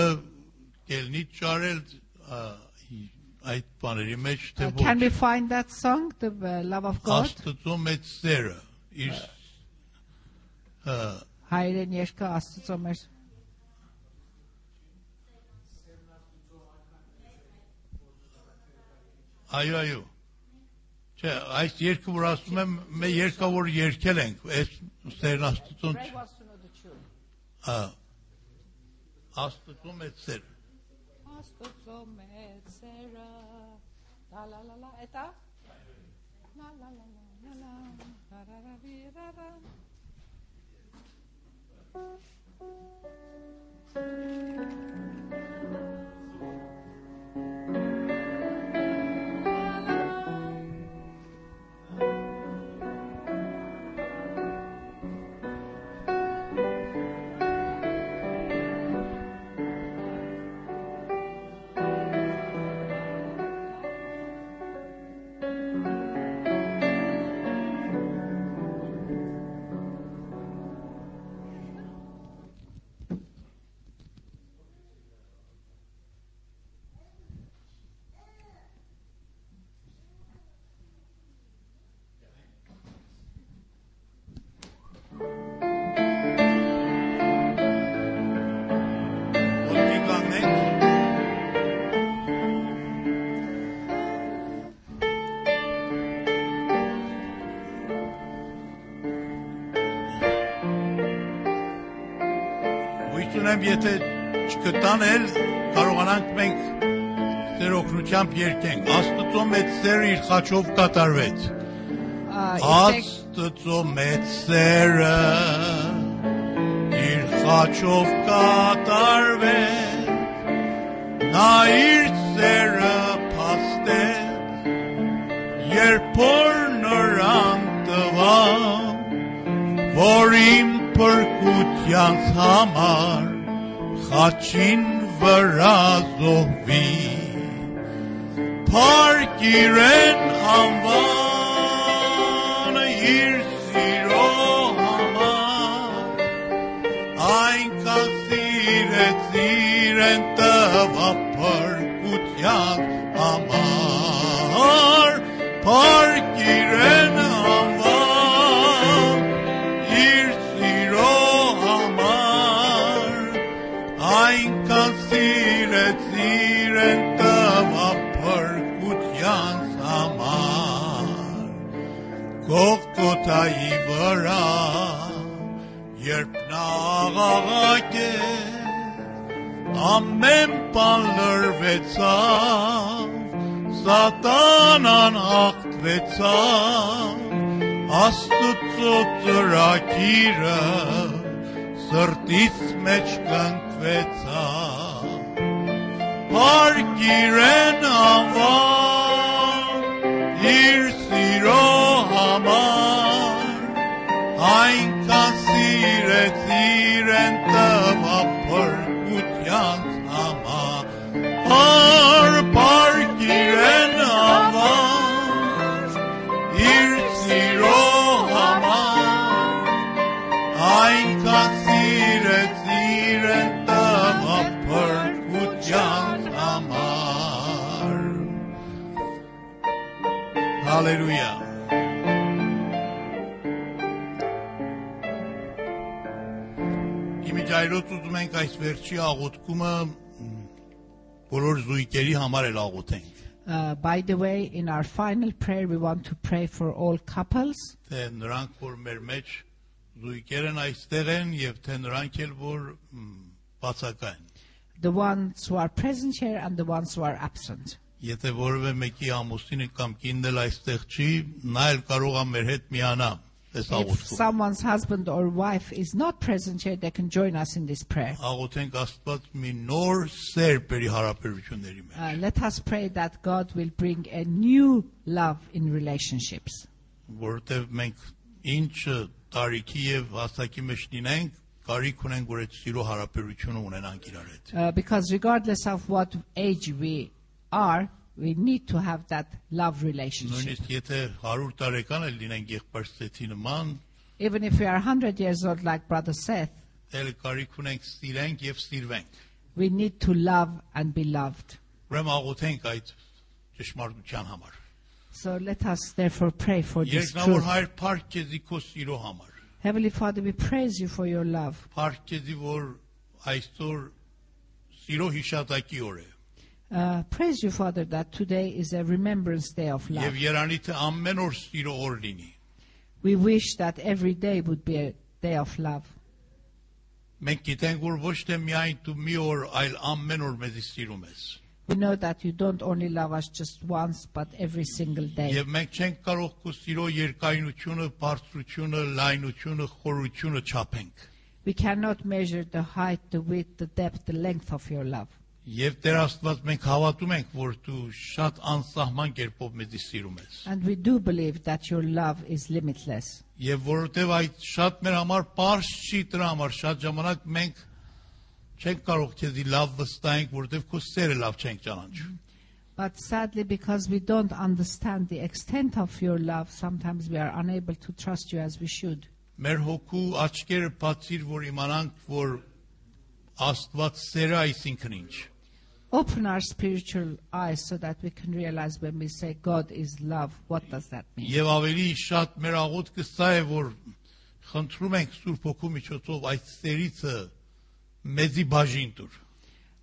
C: կելնի ճարել ա, ի- այդ բաների մեջ թե
B: Uh,
C: ոչ։
B: can we find that song, The uh, Love of God?
C: Աստծո մեծ սերը իր ա,
B: Հայերեն երգը Աստծո մեր
C: այո այո Չէ, այս երկը որ ասում եմ, մեր երկը որ երկել ենք, այս սերն Աստծոն չ- ա, Աստծո մեծ սերը
B: Աստծո մեծ սերը լա լա լա լա էտա լա լա լա լա լա լա լա լա վի, լա լա
C: Ոտքի կանգնեք։ Ուիցունեմ եթե չկտան էլ կարողանանք մենք ձեր օգնությամբ երկենք։ Աստծո մեծ սերը իր խաչով կատարվեց։
B: Uh, it, take,
C: Աստծո մեծ սերը իր խաչով կատարվեց։ Նա իր սերը փաստեց, երբ որ նորան տվավ որ իմ փրկությանս համար խաչին վրա զոհվի Փարգիրեն անվանը իր սիրո համար այնքան սիրեց իրեն տվա փրկության համար Փարգիրեն անվանը իր սիրո համար այնքան սիրեց իրեն տվա փրկության համար Գողգոթայի վրա երբ նա աղաղակեց ամեն բան լրվեցավ, սատանան հաղթվեցավ, աստծո ծրակիրը սրտից մեջ կընկվեցավ։ Պարգիրեն անվան, իր սիրո համար, այնքան սիրեց իրեն տվա փրկության համար Ար պարգիրեն ավար իր սիրո համար այնքան սիրեց իրեն տվա փրկության համար Հալելույա Իմիջայր Տերոց ուզում ենք այս վերջի աղոթքումը մ, բոլոր զույգերի համար էլ աղոթենք։
B: Uh, by the way, in our final prayer, we want to pray for all couples,
C: Թե նրանք, որ մեր մեջ զույգեր են այստեղ են եւ թե նրանք էլ որ մ, բացակային։
B: the ones who are present here and the ones who are absent.
C: Եթե որևէ մեկի ամուսինը կամ կինն էլ այստեղ չի, նա էլ կարող է մեր հետ միանա այս
B: If
C: աղոթքում։
B: someone's husband or wife is not present here, they can join us in this prayer.
C: Աղոթենք Աստված մի նոր սեր բերի հարաբերությունների մեջ։
B: Uh, let us pray that God will bring a new love in relationships.
C: որովհետև մենք ինչ տարիքի եւ հասակի մեջ լինենք, կարիք ունենք որ այդ սիրո հարաբերությունը ունենանք իրար հետ։
B: Uh, because regardless of what age we are, we need to have that love relationship.
C: Նույնիսկ եթե 100 տարեկան էլ լինենք եղբայր Սեթի նման,
B: Even if we are 100 years old, like Brother Seth,
C: էլ կարիք ունենք սիրենք եւ սիրվենք։
B: we need to love and be loved.
C: Ուրեմն աղոթենք այդ ճշմարտության համար։
B: So let us therefore pray for this
C: Երկնավոր
B: truth.
C: Հայր, փառք քեզի քո սիրո համար։
B: Heavenly Father, we praise you for your love.
C: Փառք քեզի, որ այսօր սիրո հիշատակի օր է։
B: Uh, praise you, Father, that today is a remembrance day of love.
C: Եվ Երանի թե ամեն օր սիրո օր լինի։
B: We wish that every day would be a day of love.
C: Մենք գիտենք, որ ոչ թե միայն դու մի օր, այլ ամեն օր մեզ սիրում ես։
B: We know that you don't only love us just once, but every single day.
C: Եվ մենք չենք կարող քո սիրո երկայնությունը, բարձրությունը, լայնությունը, խորությունը չափենք։
B: We cannot measure the height, the width, the depth, the length of your love.
C: Եվ Տեր Աստված մենք հավատում ենք, որ դու շատ անսահման կերպով մեզ սիրում ես։
B: And we do believe that your love is limitless.
C: Եվ որովհետև այդ շատ մեր համար པարզ չի դրա համար, շատ ժամանակ մենք չենք կարող քեզի լավ վստահենք, որովհետև քո սերը լավ չենք ճանաչում։
B: But sadly, because we don't understand the extent of your love, sometimes we are unable to trust you as we should.
C: Մեր հոգու աչքերը բացիր, որ իմանանք, որ Աստված սերը այսինքն ինչ։
B: Open our spiritual eyes so that we can realize when we say God is love, what does that mean?
C: Եվ ավելի շատ մեր աղոթքը սա է, որ խնդրում ենք Սուրբ Հոգու միջոցով այդ սերիցը մեզի բաժին դուր։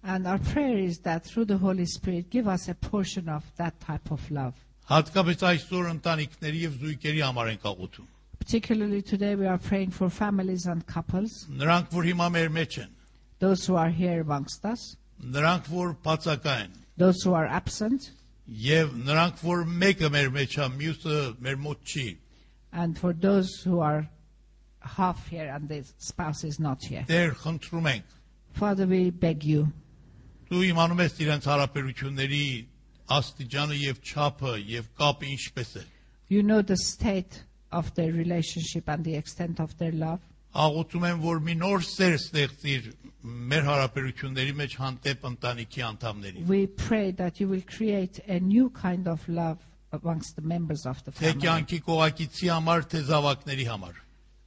B: And our prayer is that through the Holy Spirit, give us a portion of that type of love.
C: Հատկապես այսօր ընտանիքների եւ զույգերի համար ենք աղոթում։
B: Particularly today, we are praying for families and couples,
C: Նրանք, որ հիմա մեր մեջ են,
B: those who are here amongst us,
C: նրանք, որ բացակայ են,
B: those who are absent,
C: եւ նրանք, որ մեկը մեր մեջ է, մյուսը մեր մոտ չի։
B: and for those who are half here and the spouse is not here.
C: Տեր, խնդրում ենք,
B: Father, we beg you,
C: Դու իմանում ես իրենց հարաբերությունների աստիճանը եւ չափը եւ կապը ինչպես է։
B: you know the state of their relationship and the extent of their love.
C: Աղոթում եմ, որ մի նոր սեր ստեղծիր մեր հարաբերությունների մեջ հանդեպ ընտանիքի անդամներին։
B: We pray that you will create a new kind of love amongst the members of the
C: Թե
B: family.
C: կյանքի կողակիցի համար, թե զավակների համար։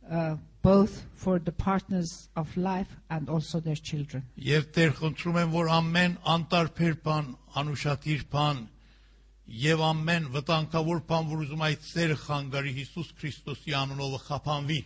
B: uh, both for the partners of life and also their children.
C: Եվ Տեր խնդրում եմ, որ ամեն անտարբեր բան, անուշադիր բան եւ ամեն վտանգավոր բան, որ ուզում այդ սերը խանգարի Հիսուս Քրիստոսի անունով խափանվի։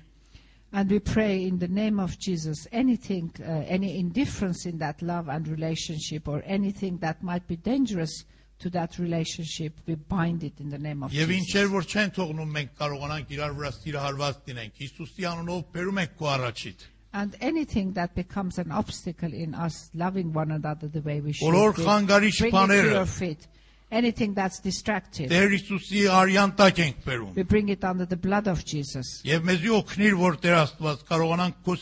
B: And we pray in the name of Jesus anything, uh, any indifference in that love and relationship or anything that might be dangerous to that relationship, we bind it in the name of
C: Եվ ինչեր
B: Jesus.
C: որ չեն թողնում մենք կարողանանք իրար վրա սիրը հարված դինենք։ Հիսուսի անունով բերում ենք քո առաջիդ։
B: And anything that becomes an obstacle in us loving one another the way we should,
C: Բոլոր
B: we
C: խանգարիչ
B: bring it to
C: բաները։
B: your feet. Anything that's distractive,
C: Տեր Հիսուսի արյան տակ ենք բերում։
B: we bring it under the blood of Jesus.
C: Եվ մեզի օգնիր, որ Տեր Աստված կարողանանք քո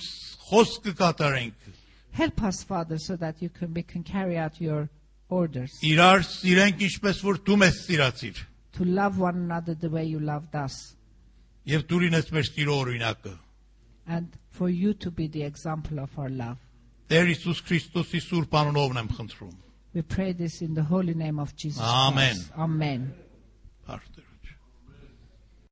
C: խոսքը կատարենք։
B: Help us, Father, so that you can, we can carry out your orders.
C: Իրար սիրենք ինչպես որ դու մեզ սիրացիր։
B: to love one another the way you loved us,
C: Եվ դու լինես մեր սիրո օրինակը։
B: and for you to be the example of our love.
C: Տեր Հիսուս Քրիստոսի սուրբ անունով եմ խնդրում։
B: We pray this in the holy name of Jesus.
C: Amen.
B: Christ. Amen.
C: Բարդ